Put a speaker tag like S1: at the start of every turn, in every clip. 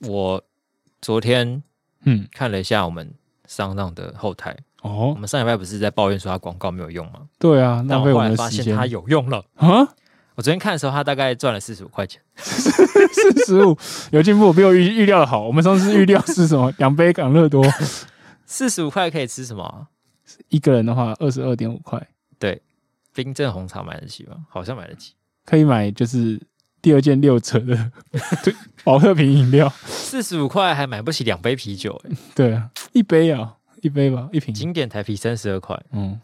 S1: 我昨天
S2: 嗯，
S1: 看了一下我们商浪的后台，我
S2: 哦，
S1: 们上礼拜不是在抱怨说它广告没有用吗？
S2: 对啊，
S1: 但
S2: 浪
S1: 我
S2: 费
S1: 后
S2: 我
S1: 来
S2: 们
S1: 发
S2: 的时
S1: 现
S2: 间
S1: 它有用了。
S2: 啊，
S1: 我昨天看的时候，它大概赚了四十五块钱。
S2: 四十五有进步，比我预预料的好。我们上次预料是什么？两杯港乐多，
S1: 四十五块可以吃什么啊？
S2: 一个人的话二十二点五块，
S1: 冰镇红茶买得起吗？好像买得起。
S2: 可以买就是第二件六折的 对保特瓶饮料。
S1: 四十五块还买不起两杯啤酒、欸，
S2: 对啊，一杯啊，一杯吧，一瓶。
S1: 经典台啤三十二块，
S2: 嗯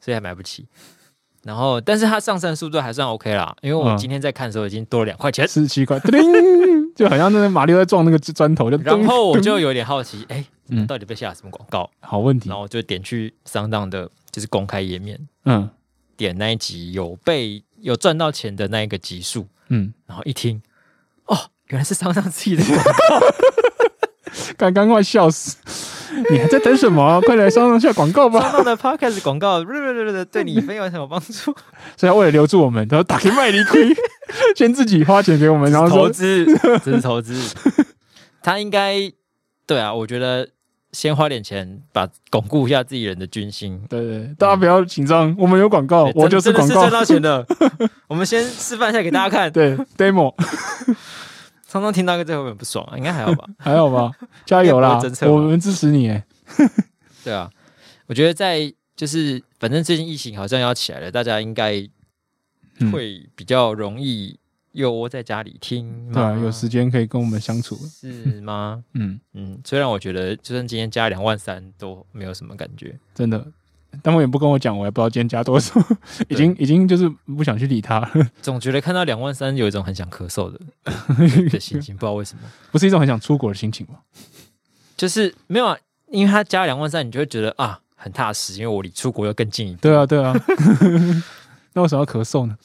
S1: 所以还买不起。然后，但是它上升速度还算 OK 啦，因为我
S2: 嗯
S1: 今天在看的时候已经多了两块 钱。
S2: 四十七块，叮，就好像那个马里奥在撞那个砖头，就噔
S1: 然后我
S2: 噔
S1: 就有点好奇，哎、
S2: 嗯
S1: 到底被下了什么广告？
S2: 好问题
S1: 然，后我就点去商档的，就是公开页面，
S2: 嗯
S1: 点那一集有被有赚到钱的那一个集数，
S2: 嗯，
S1: 然后一听，哦，原来是商档自己的广 告，
S2: 刚刚快笑死，你还在等什么？ 快来上上下广告吧！
S1: 商档的 podcast 广告，对你没有什么帮助，
S2: 所以他为了留住我们，然后打给麦离 亏，先自己花钱给我们，然后
S1: 投
S2: 说
S1: 资，这是投资，他应该对啊，我觉得先花点钱把巩固一下自己人的军心。
S2: 对对，对大家不要紧张，我们有广告
S1: 对，
S2: 哦我
S1: 哎真
S2: 就是
S1: 真的
S2: 广
S1: 是
S2: 告
S1: 赚，到钱 的，我们先示范一下给大家看。
S2: 对 demo
S1: 常常听到个这会很不爽啊，应该还好吧？
S2: 还 好吧？加油
S1: 应该
S2: 啦
S1: 不会侦，测吧
S2: 我们支持你，哎
S1: 对啊，我觉得在就是反正最近疫情好像要起来了，大家应该
S2: 嗯
S1: 会比较容易又窝在家里听
S2: 对
S1: 嘛，
S2: 啊，有时间可以跟我们相处，
S1: 是吗？
S2: 嗯，
S1: 嗯，虽然我觉得就算今天加两万三都没有什么感觉，
S2: 真的。但我也不跟我讲，我也不知道今天加多少， 已经已经就是不想去理他了，
S1: 总觉得看到两万三有一种很想咳 嗽的的心情，不知道为什么，
S2: 不是一种很想出国的心情吗？
S1: 就是没有啊，因为他加两万三，你就会觉得啊很踏实，因为我离出国又更近一步。
S2: 对 啊，对啊。 那为什么要咳嗽呢？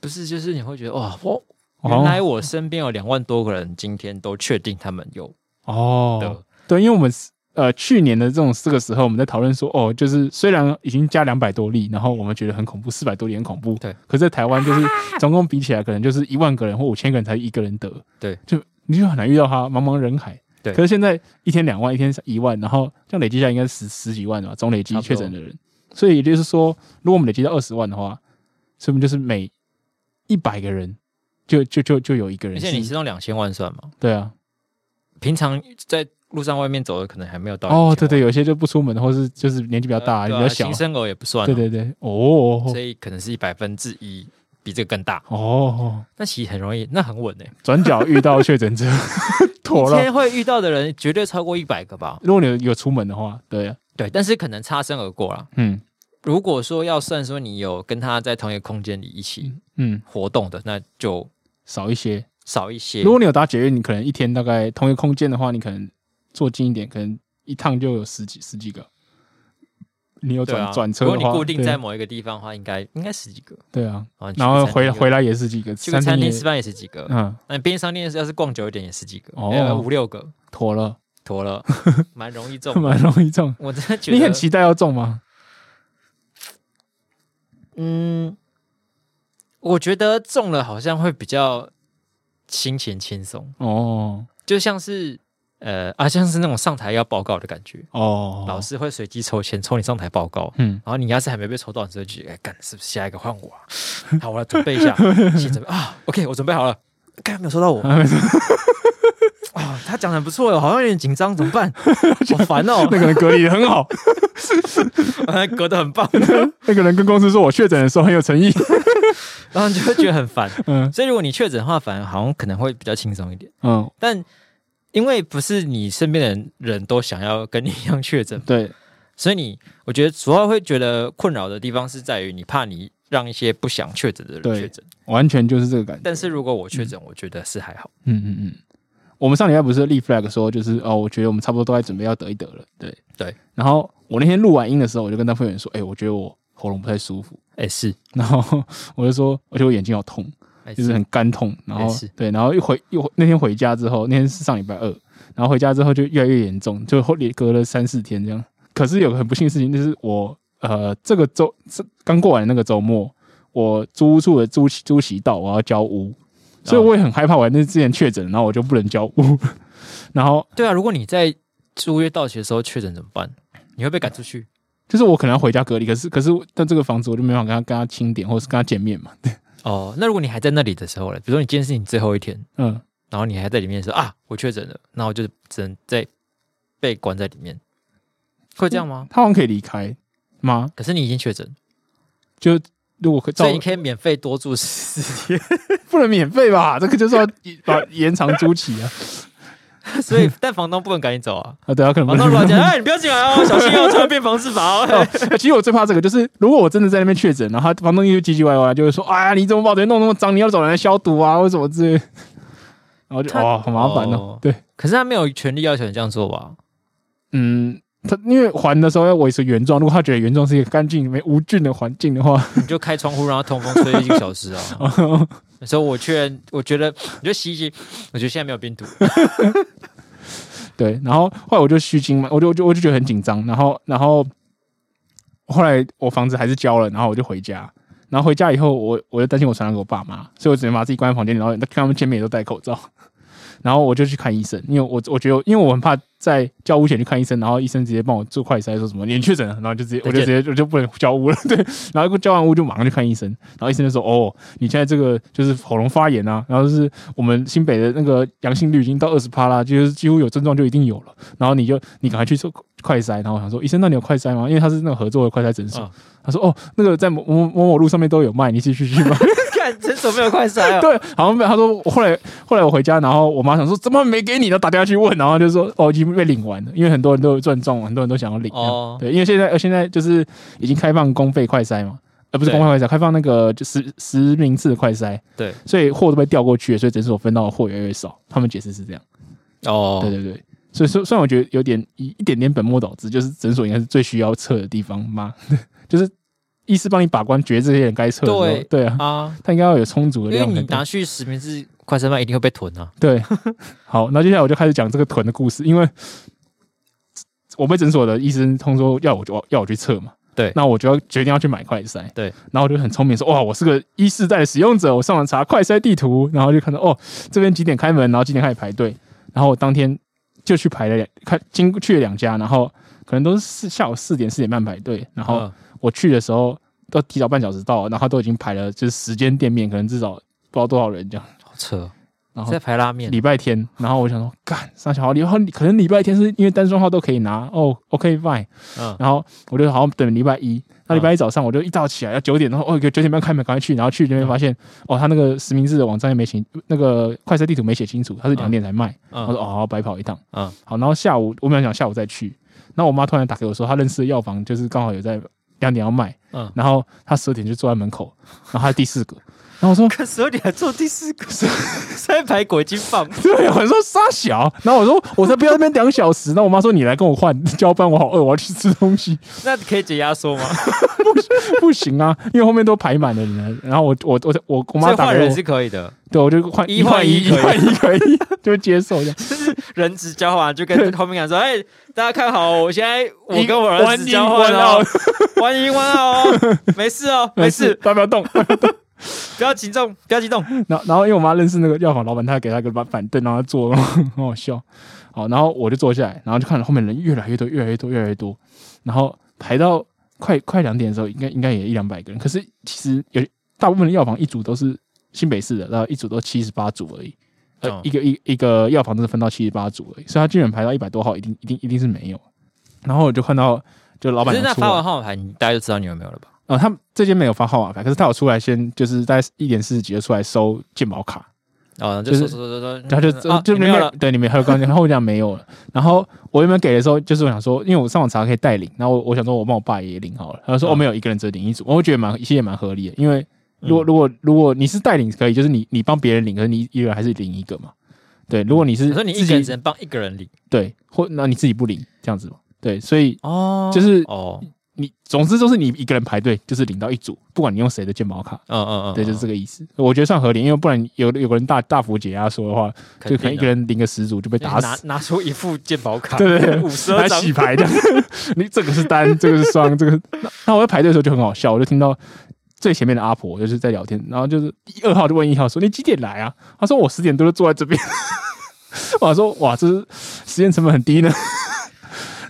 S1: 不是，就是你会觉得哇，我
S2: 哦
S1: 原来我身边有两万多个人，今天都确定他们有的。
S2: 哦，对，因为我们是呃去年的这种这个时候，我们在讨论说，哦，就是虽然已经加两百多例，然后我们觉得很恐怖，四百多例很恐怖，
S1: 对。
S2: 可是在台湾就是总共比起来，可能就是一万个人或五千个人才一个人得，
S1: 对，
S2: 就你就很难遇到他，茫茫人海。
S1: 对
S2: 可是现在一天两万，一天一万，然后这样累积下来应该是十十几万了吧，总累积
S1: 差不多
S2: 确诊的人。所以也就是说，如果我们累积到二十万的话，说明就是每一百个人就就就就有一个
S1: 而
S2: 人
S1: 且
S2: 是，
S1: 你是用两千万算嘛？
S2: 对啊，
S1: 平常在路上外面走的可能还没有到
S2: 哦，
S1: 2000
S2: 对对，有些就不出门，或是就是年纪比较
S1: 万
S2: 大，
S1: 对
S2: 比
S1: 啊
S2: 较小
S1: 新，生儿也不算啊，
S2: 对对对，哦
S1: 所以可能是一百分之一，比这个更大。
S2: 哦，
S1: 那其实很容易，那很稳诶、
S2: 转角遇到确诊者， 妥
S1: 一
S2: 了。
S1: 天会遇到的人绝对超过一百个吧？
S2: 如果你有有出门的话，对啊，
S1: 对，但是可能擦身而过啦。
S2: 嗯
S1: 如果说要算说你有跟他在同一个空间里一起
S2: 嗯，
S1: 活动的，那就
S2: 少一些。
S1: 少一些。
S2: 如果你有搭捷运，你可能一天大概同一个空间的话，你可能坐近一点，可能一趟就有十几十几个。你有
S1: 对
S2: 转
S1: 啊，
S2: 转车
S1: 如
S2: 的话，
S1: 果你固定
S2: 对
S1: 在某一个地方的话，应该应该十几个。
S2: 对啊，
S1: 然后你去
S2: 然后回
S1: 个餐厅
S2: 回来也是几个，
S1: 去个餐
S2: 厅
S1: 厅
S2: 也
S1: 吃饭也十几个，
S2: 嗯，
S1: 那便利商店要是逛久一点也十几个，
S2: 哦
S1: 呃五六个，
S2: 妥了，
S1: 妥了，蛮容易中
S2: 。蛮容易中。
S1: 我真的觉得
S2: 你很期待要中吗？
S1: 嗯，我觉得中了好像会比较心情轻松，
S2: 哦
S1: 就像是呃啊，像是那种上台要报告的感觉，
S2: 哦，
S1: 老师会随机抽签抽你上台报告。
S2: 嗯，
S1: 然后你要是还没被抽到，你就会觉得，哎，干，是不是下一个换我啊？ 好，我来准备一下，先准备啊，OK，我准备好了。干，没有抽 到我，
S2: 啊没错
S1: 啊，他讲的不错哦，好像有点紧张，怎么办？好烦哦，
S2: 那个人隔离的很好，
S1: 隔得很棒，
S2: 那个人跟公司说我确诊的时候很有诚意。
S1: 然后你就会觉得很烦。
S2: 嗯
S1: 所以如果你确诊的话，反而好像可能会比较轻松一点。
S2: 嗯，
S1: 但因为不是你身边的人人都想要跟你一样确诊，
S2: 对，
S1: 所以你我觉得主要会觉得困扰的地方是在于你怕你让一些不想确诊的人
S2: 对
S1: 确诊。
S2: 完全就是这个感觉。
S1: 但是如果我确诊，我觉得是还好。
S2: 嗯嗯嗯，我们上礼拜不是立 flag 说，就是哦，我觉得我们差不多都在准备要得一得了。对
S1: 对。
S2: 然后我那天录完音的时候，我就跟那服务员说，哎、我觉得我喉咙不太舒服。
S1: 哎、是，
S2: 然后 我就说，而且我眼睛好痛，
S1: 哎
S2: 就是很干痛。然后
S1: 没事
S2: 对，然后一回又那天回家之后，那天是上礼拜二，然后回家之后就越来越严重，就后连隔了三四天这样。可是有个很不幸的事情，就是我呃这个周这刚过完的那个周末，我租屋处的租期租期到，我要交屋，
S1: 哦
S2: 所以我也很害怕，我那之前确诊，然后我就不能交屋，然后
S1: 对啊，如果你在租约到期的时候确诊怎么办？你会被赶出去？
S2: 就是我可能要回家隔离，可是可是但这个房子我就没办法跟他跟他清点，或者是跟他见面嘛，
S1: 哦，那如果你还在那里的时候呢？比如说你今天是你最后一天，
S2: 嗯，
S1: 然后你还在里面说啊，我确诊了，那我就只能在被关在里面，会这样吗？
S2: 他好像可以离开吗？
S1: 可是你已经确诊，
S2: 就如果可照
S1: 所以你可以免费多住十四 天。
S2: 不能免费吧？这个 就是要把延长租期啊！
S1: 所以，但房东不能赶你走啊！
S2: 啊，对啊，可能不
S1: 房
S2: 能
S1: 东如果讲，哎，你 不要进来 哦，小心哦，传染病防治法 哦。
S2: 其实我最怕这个，就是如果我真的在那边确诊，然后他房东又唧唧歪歪，就会说：“哎呀，你怎么把我这边弄那么脏？你要找人来消毒啊，或什么之类的。”然后就
S1: 他
S2: 哦，好麻烦哦
S1: 哦。
S2: 对，
S1: 可是他没有权利要求你这样做吧？
S2: 嗯，他因为还的时候要维持原状，如果他觉得原状是一个干净没无菌的环境的话，
S1: 你就开窗户让它通风吹一个小 时啊。所以，我确认，我觉得，你就洗一洗，我觉得现在没有病毒。
S2: 对。然后后来我就虚惊嘛，我就我就我就觉得很紧张。然后然后后来我房子还是交了，然后我就回家。然后回家以后，我我就担心我传染给我爸妈，所以我只能把自己关在房间里，然后跟他们见面也都戴口罩。 然后我就去看医生，因为我我觉得，因为我很怕在交屋前去看医生，然后医生直接帮我做快筛，说什么你确诊了，然后就直接我就直
S1: 再见
S2: 接我就不能交屋了， 对。然后交完屋就马上去看医生，然后医生就说：“哦，你现在这个就是喉咙发炎啊，然后就是我们新北的那个阳性率已经到二十趴啦，就是几乎有症状就一定有了。然后你就你赶快去做快筛。”然后我想说：“医生，那你有快筛吗？因为他是那个合作的快筛诊所。
S1: 嗯
S2: 他说：“哦，那个在某某某某路上面都有卖，你去去去买。”
S1: 看诊所没有快筛哦。
S2: 对，好像被他说，我后来后来我回家，然后我妈想说怎么没给你，然后打电话去问，然后就说哦已经被领完了，因为很多人都有赚中，很多人都想要领。
S1: 哦
S2: 对，因为现在呃现在就是已经开放公费快筛嘛，呃不是
S1: 对
S2: 公费快筛，开放那个就实实名制的快筛，
S1: 对
S2: 所以货都被调过去了，所以诊所分到的货越来越少。他们解释是这样，
S1: 哦，
S2: 对对对。所以说，虽然我觉得有点一一点点本末倒置，就是诊所应该是最需要测的地方嘛， 就是医师帮你把关，觉得这些人该测的时候
S1: 对
S2: 对啊，
S1: 啊，
S2: 他应该要有充足的
S1: 因为
S2: 量。
S1: 你拿去实名制快餐卖一定会被囤啊。
S2: 对，好，那接下来我就开始讲这个臀的故事，因为我被诊所的医生通说要我就要我去测嘛，
S1: 对
S2: 那我就要决定要去买快筛，
S1: 对，
S2: 然后我就很聪明说，哇，我是个一世代的使用者，我上网查快筛地图，然后就看到哦，这边几点开门，然后几点开始排队，然后我当天就去排了两，看经去了两家，然后可能都是四下午四点四点半排队，然后
S1: 嗯
S2: 我去的时候都提早半小时到了，然后都已经排了就是时间店面，可能至少不知道多少人这样。
S1: 好扯哦，
S2: 然后
S1: 在排拉面
S2: 礼拜天，然后我想说， 干三小号，然后可能礼拜天是因为单双号都可以拿哦，OK fine，
S1: 嗯
S2: 然后我就好像等礼拜一，那礼拜一早上我就一大早起来要九点，然后哦九点半开门，赶快去，然后去那边发
S1: 嗯
S2: 现哦他那个实名制的网站也没写，那个快车地图没写清楚，他是两点才卖，我
S1: 嗯
S2: 说哦好白跑一趟，
S1: 嗯，
S2: 好，然后下午我本来想下午再去，那我妈突然打给我说，她认识的药房就是刚好有在两点要卖，
S1: 嗯
S2: 然后她十二点就坐在门口，然后她是第四个，然后我说
S1: 看十二点还做第四个， 在排果金棒，
S2: 对，我说杀小，然后我说我才不要那边两小时，那我妈说你来跟我换 交班，我好饿，我要去吃东西，
S1: 那可以解压缩吗？
S2: 不行啊，因为后面都排满了人，然后我我我我
S1: 所
S2: 我妈
S1: 以
S2: 打
S1: 换
S2: 给
S1: 人
S2: 我
S1: 是，可以的，
S2: 对我就换
S1: 一
S2: 一换
S1: 换
S2: 一
S1: 一
S2: 一
S1: 可以
S2: 换一可以，就接受这样，
S1: 就是人质交换就跟后面讲说，哎，大家看好哦，我现在我跟我儿子交换哦， 玩赢玩好 哦，没事哦，没事，
S2: 大家不要动。
S1: 不要激动，不要激动，
S2: 然后然后因为我妈认识那个药房老板，她给她个板板凳让她坐， 很好笑。好，然后我就坐下来，然后就看到后面人越来越多，越来越多，越来越多，然后排到快快两点的时候，应该应该也一两百个人。可是其实有大部分的药房一组都是新北市的，然后一组都七十八组而已。呃，
S1: 嗯
S2: 一个一一个药房都是分到七十八组而已，所以他居然排到一百多号，一定一定一定是没有。然后我就看到，就老
S1: 可
S2: 板
S1: 是
S2: 娘
S1: 那
S2: 出
S1: 发
S2: 来，
S1: 完号码牌，你大家就知道你有没有了吧？
S2: 呃，他们这间没有发号码牌，可是他有出来先就是在一点四十几就出来收健保卡，
S1: 哦，就
S2: 就是
S1: 说说说说，
S2: 他就
S1: 啊
S2: 就
S1: 你
S2: 没
S1: 没
S2: 有
S1: 有了，
S2: 对，你没喝光，然后我讲没有了。然后我原本给的时候，就是我想说，因为我上网查可以代领，然后我我想说我帮我爸也领好了。他
S1: 嗯
S2: 说哦，没有，一个人只领一组，我觉得蛮其实也蛮合理的，因为如
S1: 嗯
S2: 果如果如果你是代领可以，就是你你帮别人领，可是你一个人还是领一个嘛。对，如果你是
S1: 你说你
S2: 自
S1: 一个人只
S2: 己
S1: 能帮一个人领
S2: 对，或那你自己不领这样子嘛。对，所以
S1: 哦
S2: 就是
S1: 哦，
S2: 你总之就是你一个人排队，就是领到一组，不管你用谁的健保卡。
S1: 嗯嗯嗯，
S2: 对，就是这
S1: 个，
S2: 个意思。我觉得算合理，因为不然有有个人大大幅解压缩的话，就可能一
S1: 定的啊
S2: 个人领个十组就被打
S1: 拿
S2: 死。
S1: 拿出一副鉴宝卡，
S2: 对对 对
S1: 五十
S2: 来
S1: 二张，
S2: 洗 牌的，你这个是单，这个是双，这个那那我在排队的时候就很好笑，我就听到最前面的阿婆就是在聊天，然后就是一二号就问一号说：“你几点来啊？”他说：“我十点多就坐在这边。” 我说：“哇，这是时间成本很低呢。”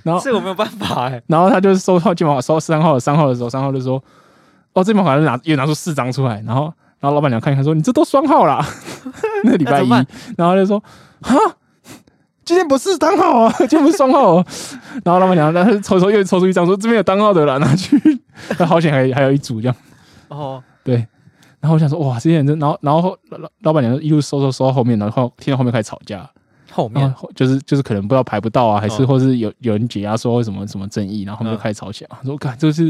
S2: 然后
S1: 这我没有办法哎、
S2: 然后他就收号金毛收三号的三号的时候，三号就说：“哦，这边好像拿又拿出四张出来。”然后然后老板娘看一看说：“你这都双 号啦。”那礼拜
S1: 那怎
S2: 一
S1: 么办，
S2: 然后他就说：“哈。”今天不是单号啊，今天不是双号、哦。 然后老板娘，然后他就抽抽又抽出一张，说这边有单号的啦，拿去。那好险还还有一组这样。
S1: 哦，
S2: 对。然后我想说，哇，这些人真，然后然后后老老老板娘就一路搜搜搜到后面，然后听到后面开始吵架，
S1: 后面
S2: 然后啊就是就是可能不知道排不到啊，还是
S1: 嗯
S2: 或是有有人解压说什么什么争议，然后他们
S1: 嗯
S2: 就开始吵起来。我说，看，就是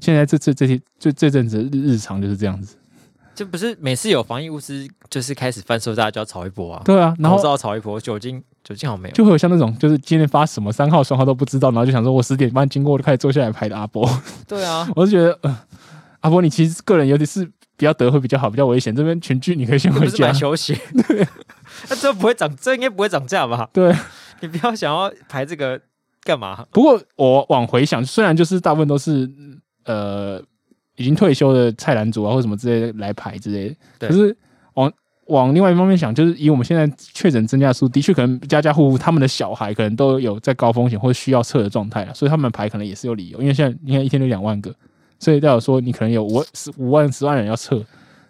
S2: 现在这这这些这这阵子日日常就是这样子。
S1: 嗯这不是每次有防疫物资就是开始贩售，大家就要炒一波啊，
S2: 对啊，然
S1: 口
S2: 后
S1: 罩炒一波，酒精酒精好像没有，
S2: 就会有像那种就是今天发什么三号双号都不知道，然后就想说我十点半经过就开始坐下来排的阿波，
S1: 对 啊，
S2: 我就觉得，呃、阿波你其实个人有点是比较得会比较好，比较危险。这边群聚你可以先
S1: 这
S2: 回
S1: 不是
S2: 家
S1: 买。休 息，那这不会涨，这应该不会涨价吧？
S2: 对，
S1: 你不要想要排这个干嘛？
S2: 不过我往回想，虽然就是大部分都是呃已经退休的菜篮族啊，或什么之类的来排之类的，
S1: 对
S2: 可是往往另外一方面想，就是以我们现在确诊增加的数，的确可能家家户户他们的小孩可能都有在高风险或需要测的状态啊，所以他们排可能也是有理由，因为现在你看一天就两万个，所以代表说你可能有五十五万十万人要测，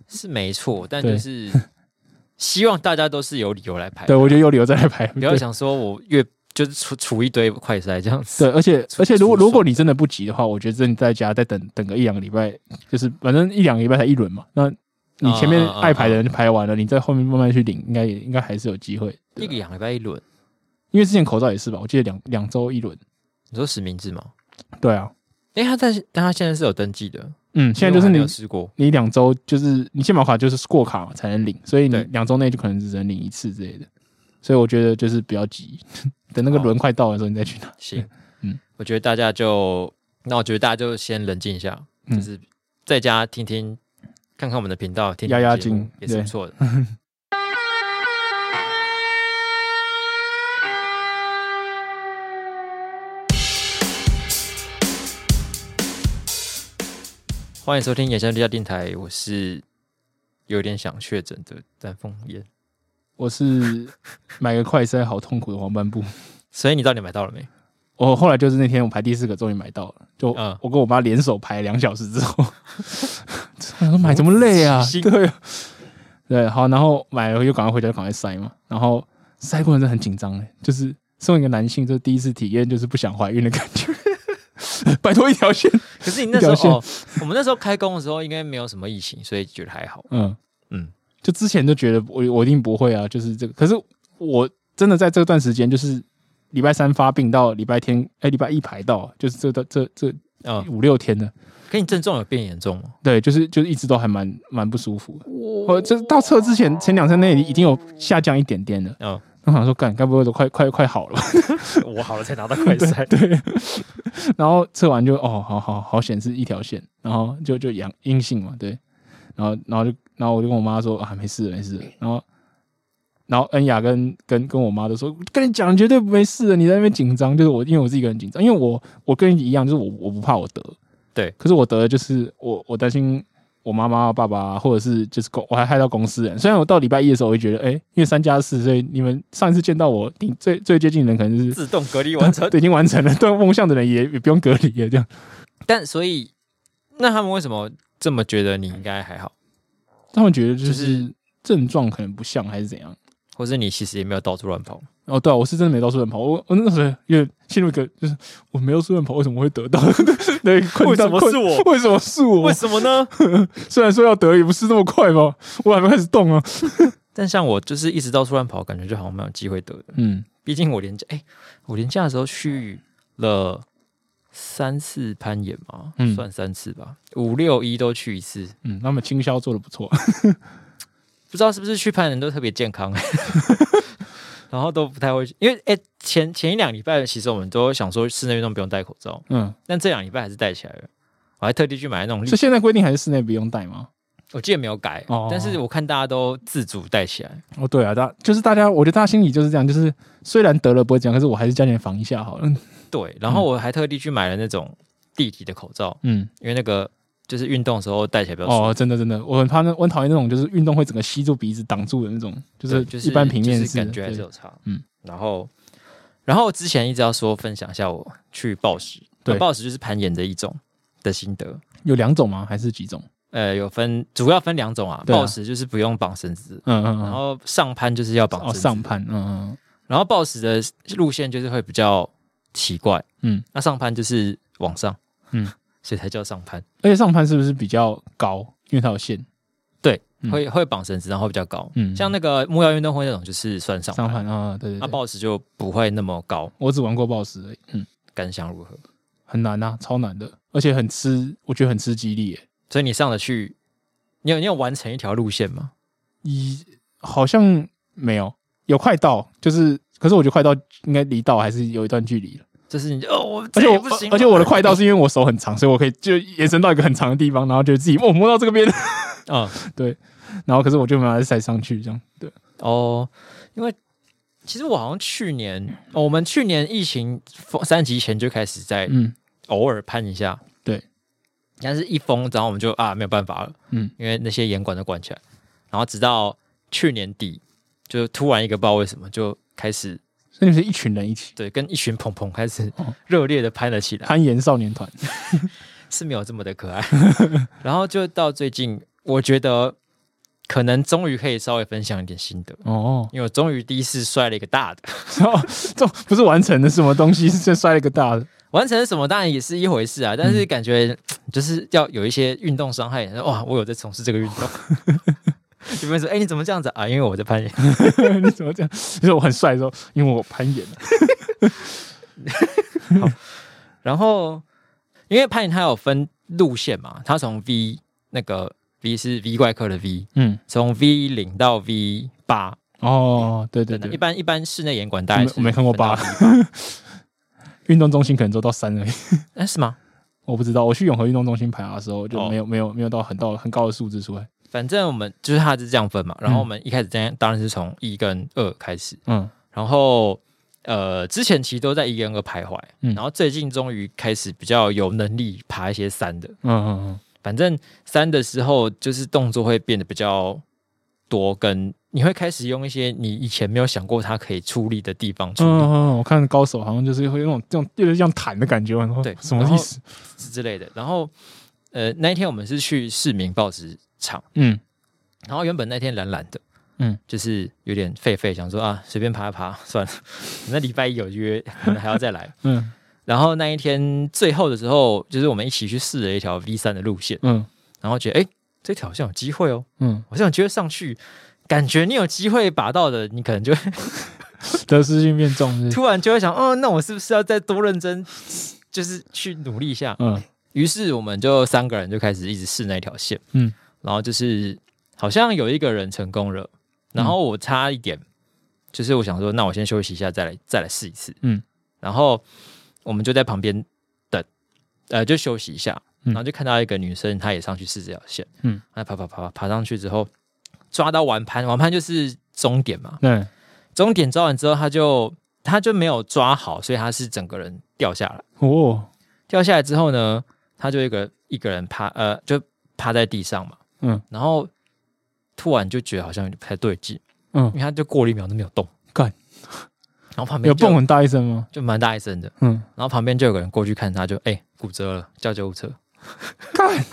S1: 是没错，但
S2: 对
S1: 就是希望大家都是有理由来排，
S2: 对我觉得有理由再来排，
S1: 不要
S2: 对
S1: 想说我越就是除除一堆快筛这样子，
S2: 对，而且
S1: 出
S2: 而且，如果
S1: 出手
S2: 如果你真的不急的话，我觉得真的在家再等等个一两个礼拜，就是反正一两个礼拜才一轮嘛。那你前面
S1: 啊啊啊
S2: 爱排的人就排完了，你在后面慢慢去领，应该也应该还是有机会。对
S1: 一个两礼拜一轮。
S2: 因为之前口罩也是吧，我记得两两周一轮。
S1: 你说实名制吗？
S2: 对啊，
S1: 哎、他但是但他现在是有登记的，
S2: 嗯，现在
S1: 因为
S2: 就
S1: 我还
S2: 是
S1: 没
S2: 你
S1: 有试过，
S2: 你两周就是你健保卡就是过卡嘛才能领，所以你
S1: 对
S2: 两周内就可能只能领一次之类的。所以我觉得就是不要急， 等那个
S1: 好
S2: 轮快到的时候你再去拿。
S1: 行，
S2: 嗯
S1: 嗯，我觉得大家就，那我觉得大家就先冷静一下，
S2: 嗯
S1: 就是在家听听，看看我们的频道，听听
S2: 压压
S1: 节目
S2: 惊
S1: 也是
S2: 对
S1: 不错的。欢迎收听《野生地下电台》，我是有点想确诊的丹凤眼，
S2: 我是买个快筛好痛苦的黄斑部。
S1: 所以你到底买到了没？
S2: 我后来就是那天我排第四个，终于买到了。就
S1: 嗯
S2: 我跟我妈联手排两小时 之后，我想说买这么累啊
S1: 如？此
S2: 对啊对，好，然后买了又赶快回家，赶快塞嘛。然后塞过程真的很紧张哎，就是身为一个男性，就是第一次体验就是不想怀孕的感觉。 摆脱一条线，
S1: 可是你那时
S2: 一条线
S1: 候，哦，我们那时候开工的时候应该没有什么疫情，所以觉得还好。
S2: 嗯嗯
S1: 嗯，
S2: 就之前就觉得我我一定不会啊，就是这个。可是我真的在这段时间，就是礼拜三发病到礼拜天，哎、礼拜一排到，就是这段这这
S1: 嗯，
S2: 五六天的，
S1: 可你症状有变严重吗？
S2: 对，就是就是一直都还蛮蛮不舒服的。我就是到测之前前两天那里已经有下降一点点了。
S1: 嗯，
S2: 我想说，干，该不会都快快快好了吧？
S1: 我好了才拿到快筛。
S2: 然后测完就哦，好好好显示一条线，然后就就阳阴性嘛，对。然后然后就然后我就跟我妈说啊，没事了没事了。然后然后恩雅跟跟跟我妈都说，跟你讲绝对没事的，你在那边紧张，就是我因为我自己一个人紧张，因为我我跟你一样，就是我我不怕我得，
S1: 对
S2: 可是我得的就是我我担心我妈妈、爸爸，或者是就是公，我还害到公司人。虽然我到礼拜一的时候，我就觉得，哎、因为三加四，所以你们上一次见到我，你最最接近的人可能就是
S1: 自动隔离完成。
S2: 对已 经完成了，对梦想的人也也不用隔离了，这样。
S1: 但所以，那他们为什么这么觉得你应该还好，
S2: 他们觉得就
S1: 就是是
S2: 症状可能不像，还是怎样？
S1: 或是你其实也没有到处乱跑？
S2: 哦，对啊，我是真的没到处乱跑，我我那时候又陷入一个就是我没到处乱跑，为什么会 得到？对，困
S1: 为
S2: 到
S1: 什么
S2: 困
S1: 是我
S2: 为什么是我
S1: 为？什么呢？
S2: 虽然说要得也不是那么快吧，我还没开始动啊。
S1: 但像我就是一直到处乱跑，感觉就好像没有机会得的。
S2: 嗯，
S1: 毕竟我连假，哎、我连假的时候去了三次攀岩嘛，
S2: 嗯
S1: 算三次吧，五六一都去一次。
S2: 嗯，他们清消做的不错，
S1: 不知道是不是去攀的人都特别健 康，然后都不太会，因为哎、诶前前一两礼拜其实我们都想说室内运动不用戴口罩，
S2: 嗯，
S1: 但这两礼拜还是戴起来了。我还特地去买那种绿
S2: 所以，现在规定还是室内不用戴吗？
S1: 我记得没有改，
S2: 哦
S1: 但是我看大家都自主戴起来。
S2: 哦，对啊，大就是大家，我觉得大家心里就是这样，就是虽然得了不会怎样，可是我还是加点防一下好了。
S1: 对，然后我还特地去买了那种地体的口罩，
S2: 嗯
S1: 因为那个就是运动的时候戴起来比较舒服。
S2: 哦，真的真的，我很怕那，我很讨厌那种就是运动会整个吸住鼻子挡住的那种，就是
S1: 对就是
S2: 一般平面
S1: 就是
S2: 式
S1: 感觉还是
S2: 对
S1: 有差。
S2: 嗯
S1: 嗯，然后然后之前一直要说分享一下我去暴食，
S2: 对
S1: 那暴食就是攀岩的一种的心得。
S2: 有两种吗？还是几种？
S1: 呃，有分主要分两种啊，
S2: 对啊
S1: 暴食就是不用绑绳子，
S2: 嗯嗯
S1: 然
S2: 嗯，
S1: 后上攀就是要绑绳
S2: 哦，
S1: 子。
S2: 上攀，嗯嗯
S1: 然后暴食的路线就是会比较奇怪，
S2: 嗯，
S1: 那上攀就是往上，
S2: 嗯
S1: 嗯，所以才叫上攀。
S2: 而且上攀是不是比较高？因为它有线，
S1: 对，
S2: 嗯
S1: 会会绑绳子，然后比较高。
S2: 嗯
S1: 像那个木曜运动会那种，就是算上
S2: 上
S1: 攀，
S2: 攀啊，对对
S1: 那
S2: 对，
S1: 暴食就不会那么高，
S2: 我只玩过 BOSS 而已，嗯，
S1: 感想如何？
S2: 很难啊，超难的，而且很吃，我觉得很吃肌力耶，
S1: 所以你上得去，你有你有完成一条路线吗？
S2: 一好像没有，有快到，就是，可是我觉得快到应该离到还是有一段距离了。
S1: 就是你哦，我
S2: 而
S1: 这
S2: 且
S1: 也
S2: 我
S1: 不行了，
S2: 而且我的快到是因为我手很长，所以我可以就延伸到一个很长的地方，然后就自己哦摸到这个边，
S1: 嗯
S2: 然后可是我就没有再上去这样。对，
S1: 哦，因为其实我好像去年，哦我们去年疫情封三级前就开始在
S2: 嗯
S1: 偶尔攀一下，
S2: 对，
S1: 但是一封，然后我们就啊没有办法了，
S2: 嗯，
S1: 因为那些严管都关起来，然后直到去年底，就突然一个不知道为什么就开始
S2: 所以你们是一群人一起
S1: 对跟一群鹏鹏开始
S2: 哦
S1: 热烈的攀了起来，
S2: 攀岩少年团，
S1: 是没有这么的可爱。 然后就到最近，我觉得可能终于可以稍微分享一点心得，
S2: 哦，
S1: 因为我终于第一次摔了一个大的，
S2: 然后 这不是完成的什么东西，是摔了一个大的，
S1: 完成什么当然也是一回事啊，但是
S2: 嗯
S1: 感觉就是要有一些运动伤害。哇，我有在从事这个运 动。有没有说，哎、你怎么这样子啊？因为我在攀岩，
S2: 你怎么这样？就是我很帅的时候，因为我攀岩，啊
S1: 然后因为攀岩它有分路线嘛，它从 V 那个 V 是 V 怪客的 V，
S2: 嗯，
S1: 从 V 零到 V 八，
S2: 哦，对对
S1: 真的，
S2: 对
S1: 一，般一般室内严管大
S2: 我
S1: 概
S2: 没
S1: 是
S2: 我没看过
S1: 分到
S2: 八， 运动中心可能只有到三而已，
S1: 哎、是吗？
S2: 我不知道。我去永和运动中心爬的时候，
S1: 哦
S2: 就没有没有没有到很到很高的数字出来，
S1: 反正我们就是它是这样分嘛，然后
S2: 嗯
S1: 我们一开始当然当然是从一跟二开始，
S2: 嗯
S1: 然后呃之前其实都在一跟二徘徊，
S2: 嗯
S1: 然后最近终于开始比较有能力爬一些三的，
S2: 嗯嗯嗯，
S1: 反正三的时候就是动作会变得比较多，跟你会开始用一些你以前没有想过它可以出力的地方出
S2: 嗯
S1: 力、
S2: 嗯，我看高手好像就是会有那种这种有点像弹的感觉，然后
S1: 对哦
S2: 什么意思？
S1: 之类的，然后呃那一天我们是去市民报纸厂。
S2: 嗯
S1: 然后原本那天懒懒的，
S2: 嗯
S1: 嗯，就是有点废废，想说啊，随便爬一爬算了。 那礼拜一有约，可能还要再来。
S2: 嗯
S1: 然后那一天最后的时候，就是我们一起去试了一条 V 三的路线，
S2: 嗯
S1: 然后觉得哎，诶这条好像有机会哦，
S2: 嗯，
S1: 好像有机会上去。感觉你有机会把到的，你可能就会
S2: 得失心变重是不是，
S1: 突然就会想， 哦，那我是不是要再多认真，就是去努力一下？
S2: 嗯
S1: 于是我们就三个人就开始一直试那条线，
S2: 嗯
S1: 嗯，然后就是好像有一个人成功了，然后我差一点，就是我想说，那我先休息一下，再来再来试一次，
S2: 嗯
S1: 嗯，然后我们就在旁边等，呃，就休息一下，
S2: 嗯
S1: 然后就看到一个女生，她也上去试这条线，
S2: 嗯
S1: 嗯，她爬爬爬爬爬上去之后，抓到完盘，完盘就是终点嘛，
S2: 对，
S1: 终点抓完之后，她就她就没有抓好，所以她是整个人掉下来。
S2: 哦，
S1: 掉下来之后呢，他就一个一个人趴呃，就趴在地上嘛，
S2: 嗯
S1: 嗯，然后突然就觉得好像有点不太对劲，
S2: 嗯
S1: 嗯，因为他就过了一秒都没有动，
S2: 干，
S1: 然后旁边
S2: 有
S1: 就
S2: 蹦很大一声吗？
S1: 就蛮大一声的，
S2: 嗯，
S1: 然后旁边就有个人过去看他就，哎骨折了，叫救护车，
S2: 干，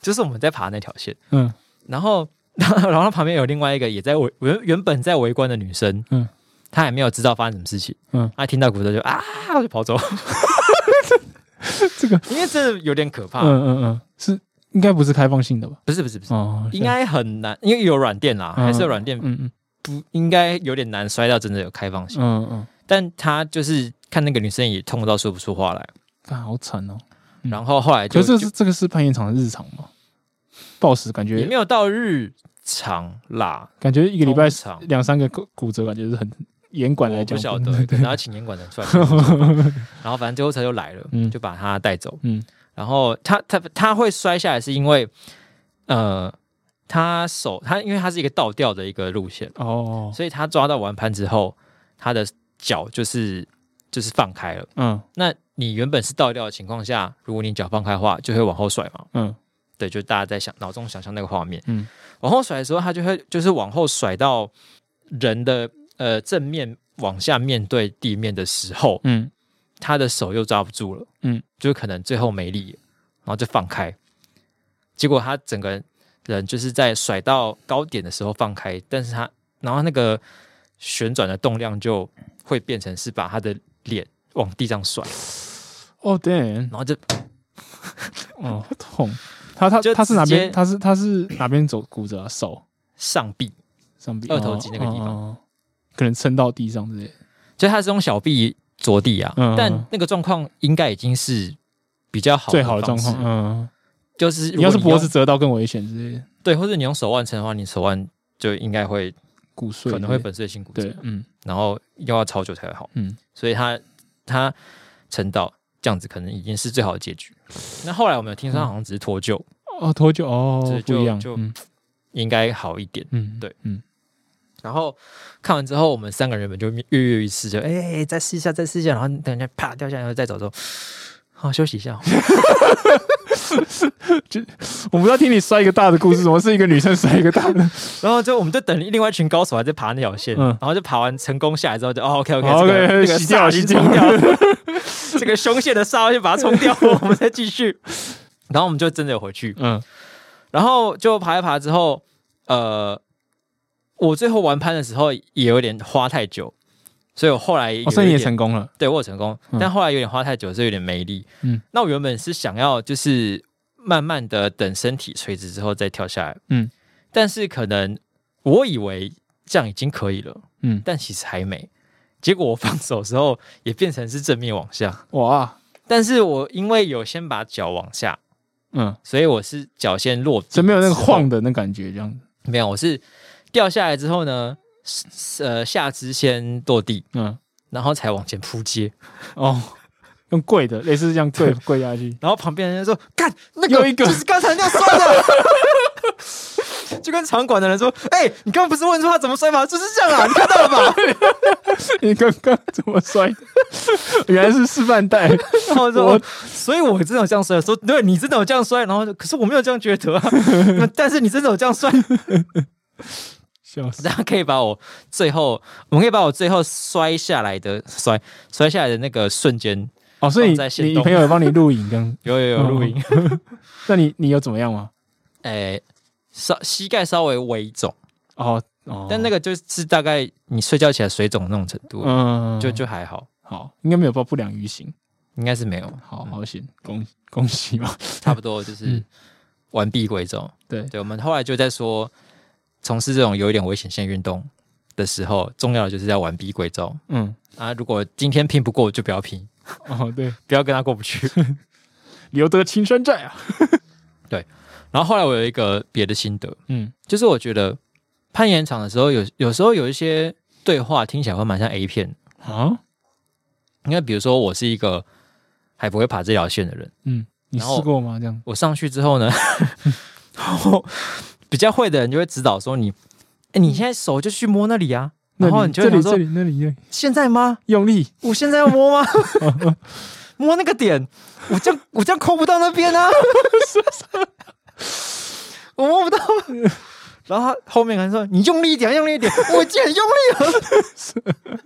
S1: 就是我们在爬那条线，
S2: 嗯
S1: 然后 然后旁边有另外一个也在围原原本在围观的女生，
S2: 嗯
S1: 嗯，她还没有知道发生什么事情，
S2: 嗯
S1: 嗯，她听到骨折就啊就跑走，
S2: 这个，
S1: 因为真的有点可怕，
S2: 嗯嗯嗯，是应该不是开放性的吧？
S1: 不是不是不是。
S2: 哦，
S1: 应该很难，因为有软垫啦，
S2: 嗯
S1: 还是有软垫
S2: 嗯嗯
S1: 不应该有点难摔到真的有开放性，
S2: 嗯嗯，
S1: 但他就是看那个女生也痛到说不出话来，
S2: 干好惨哦。嗯
S1: 然后后来
S2: 可
S1: 就是
S2: 这
S1: 就是
S2: 这个是攀岩场的日常吗？暴食感
S1: 也
S2: 觉
S1: 没有到日常啦，
S2: 感觉一个礼拜
S1: 通常
S2: 两三个骨骨折，感觉是很严管来
S1: 哦我不
S2: 讲不
S1: 晓
S2: 能，
S1: 得，欸可能要请严管的出来帮我做吧，然后反正最后车就来了，
S2: 嗯
S1: 就把他带走，
S2: 嗯
S1: 然后他他他会摔下来是因为呃他手他因为他是一个倒吊的一个路线，
S2: 哦，
S1: 所以他抓到完盘之后，他的脚就是就是放开了。
S2: 嗯
S1: 那你原本是倒掉的情况下，如果你脚放开的话，就会往后甩嘛。
S2: 嗯
S1: 对，就大家在想脑中想象那个画面，
S2: 嗯
S1: 往后甩的时候，它就会就是往后甩到人的呃正面往下面对地面的时候，
S2: 嗯
S1: 他的手又抓不住了，
S2: 嗯，
S1: 就可能最后没力了，然后就放开，结果他整个人就是在甩到高点的时候放开，但是他然后那个旋转的动量就会变成是把他的脸往地上甩，
S2: 哦对，
S1: 然后就
S2: 哦痛。他他
S1: 就
S2: 他是哪
S1: 直接
S2: 边？他是他是哪边走骨折啊？手
S1: 上臂，
S2: 上臂
S1: 二头肌那个地方
S2: 哦哦哦可能撑到地上之类的。
S1: 就他是用小臂着地啊，
S2: 嗯
S1: 但那个状况应该已经是比较好
S2: 最好的状
S1: 方式
S2: 况，嗯，
S1: 就是如
S2: 你要是
S1: 果用
S2: 脖子折到更危险之类的，
S1: 对，或者你用手腕撑的话，你手腕就应该会
S2: 骨碎
S1: 可能会
S2: 之类的
S1: 粉碎性骨折
S2: 对，，嗯
S1: 然后又要超久才会好。
S2: 嗯，
S1: 所以他他撑到这样子，可能已经是最好的结局。那后来我们有听说
S2: 嗯
S1: 他好像只是脱臼，
S2: 哦脱臼哦
S1: 这
S2: 不
S1: 就
S2: 一样，
S1: 就
S2: 嗯
S1: 应该好一点。
S2: 嗯
S1: 对，
S2: 嗯
S1: 然后看完之后，我们三个人本就跃跃欲试，就哎、哎再试一下，再试一下，然后等一下啪掉下来，然后再走之后，好、休息一下哦。
S2: 我不知道听你摔一个大的故事，怎么是一个女生摔一个 大的？
S1: 然后就我们就等另外一群高手还在爬那条线，
S2: 嗯
S1: 然后就爬完成功下来之后就哦 OK OK
S2: 好
S1: 这个
S2: OK，
S1: 这个
S2: 洗掉
S1: 煞已
S2: 洗
S1: 经
S2: 掉
S1: 冲掉 了，这个胸线的煞就把它冲 掉，我们再继续。然后我们就真的有回去，
S2: 嗯
S1: 然后就爬一爬之后，呃，我最后玩攀的时候也有点花太久，所以我后来有一
S2: 哦，
S1: 点、
S2: 所以你也成功了，
S1: 对我有成功，
S2: 嗯
S1: 但后来有点花太久，所以有点没力。
S2: 嗯，
S1: 那我原本是想要就是慢慢的等身体垂直之后再跳下来，
S2: 嗯，
S1: 但是可能我以为这样已经可以了，
S2: 嗯，
S1: 但其实还没。结果我放手的时候也变成是正面往下，
S2: 哇，
S1: 但是我因为有先把脚往下，
S2: 嗯，
S1: 所以我是脚先落地，
S2: 所以没有那个晃的那感觉，这样子，
S1: 没有，我是掉下来之后呢，是呃，下肢先落地，
S2: 嗯，
S1: 然后才往前扑街，
S2: 哦，用跪的，类似这样跪跪下 去，
S1: 然后旁边人就说：“干，那
S2: 又
S1: 个
S2: 一个
S1: 就是刚才那样摔的。” 就跟场馆的人说：“哎、你刚刚不是问说他怎么摔吗？就是这样啊，你看到了 吧
S2: 你刚刚怎么摔？ 原来是示范带，？”
S1: 然后我说
S2: 我
S1: 哦：“所以我真的有这样摔。”说：“对，你真的有这样摔。”然后就可是我没有这样觉得啊， 那但是你真的有这 样摔，
S2: 笑死，
S1: 这样可以把我最后，我们可以把我最后摔下来的摔摔下来的那个瞬间，
S2: 哦，所以
S1: 放在
S2: 你
S1: 线
S2: 你
S1: 动
S2: 朋友有帮你录影，这样，
S1: 有有有录 音。
S2: 嗯 那你你有怎么样吗？
S1: 诶、稍膝盖稍微微肿，
S2: 哦哦，
S1: 但那个就是大概你睡觉起来水肿那种程度，
S2: 嗯，
S1: 就就还好，
S2: 好，应该没有报不良于行，
S1: 应该是没 有，
S2: 好好险，恭恭喜吧，
S1: 差不多就是
S2: 嗯
S1: 完璧归宗。
S2: 对，
S1: 对我们后来就在说，从事这种有一点危险性运动的时候，重要的就是要完璧归宗
S2: 嗯，
S1: 啊！如果今天拼不过，就不要 拼，
S2: 哦对，
S1: 不要跟他过不去。
S2: 留得青山在啊，
S1: 然后后来我有一个别的心得，
S2: 嗯，
S1: 就是我觉得攀岩场的时候有有时候有一些对话听起来会蛮像 A 片的
S2: 啊，
S1: 因为比如说我是一个还不会爬这条线的人，
S2: 嗯，你
S1: 然后
S2: 试过吗？这样，
S1: 我上去之后呢， 我比较会的人就会指导说你，哎，你现在手就去摸那里啊，然后
S2: 那
S1: 你
S2: 里
S1: 就会
S2: 这
S1: 想
S2: 里这
S1: 说
S2: 里那里那里
S1: 现在吗？
S2: 用力，
S1: 我现在要摸吗？摸那个点，我这样我这样抠不到那边啊， 我摸不到。啊然后他后面可能说：“你用力一点，用力一点。”我已经很用力了，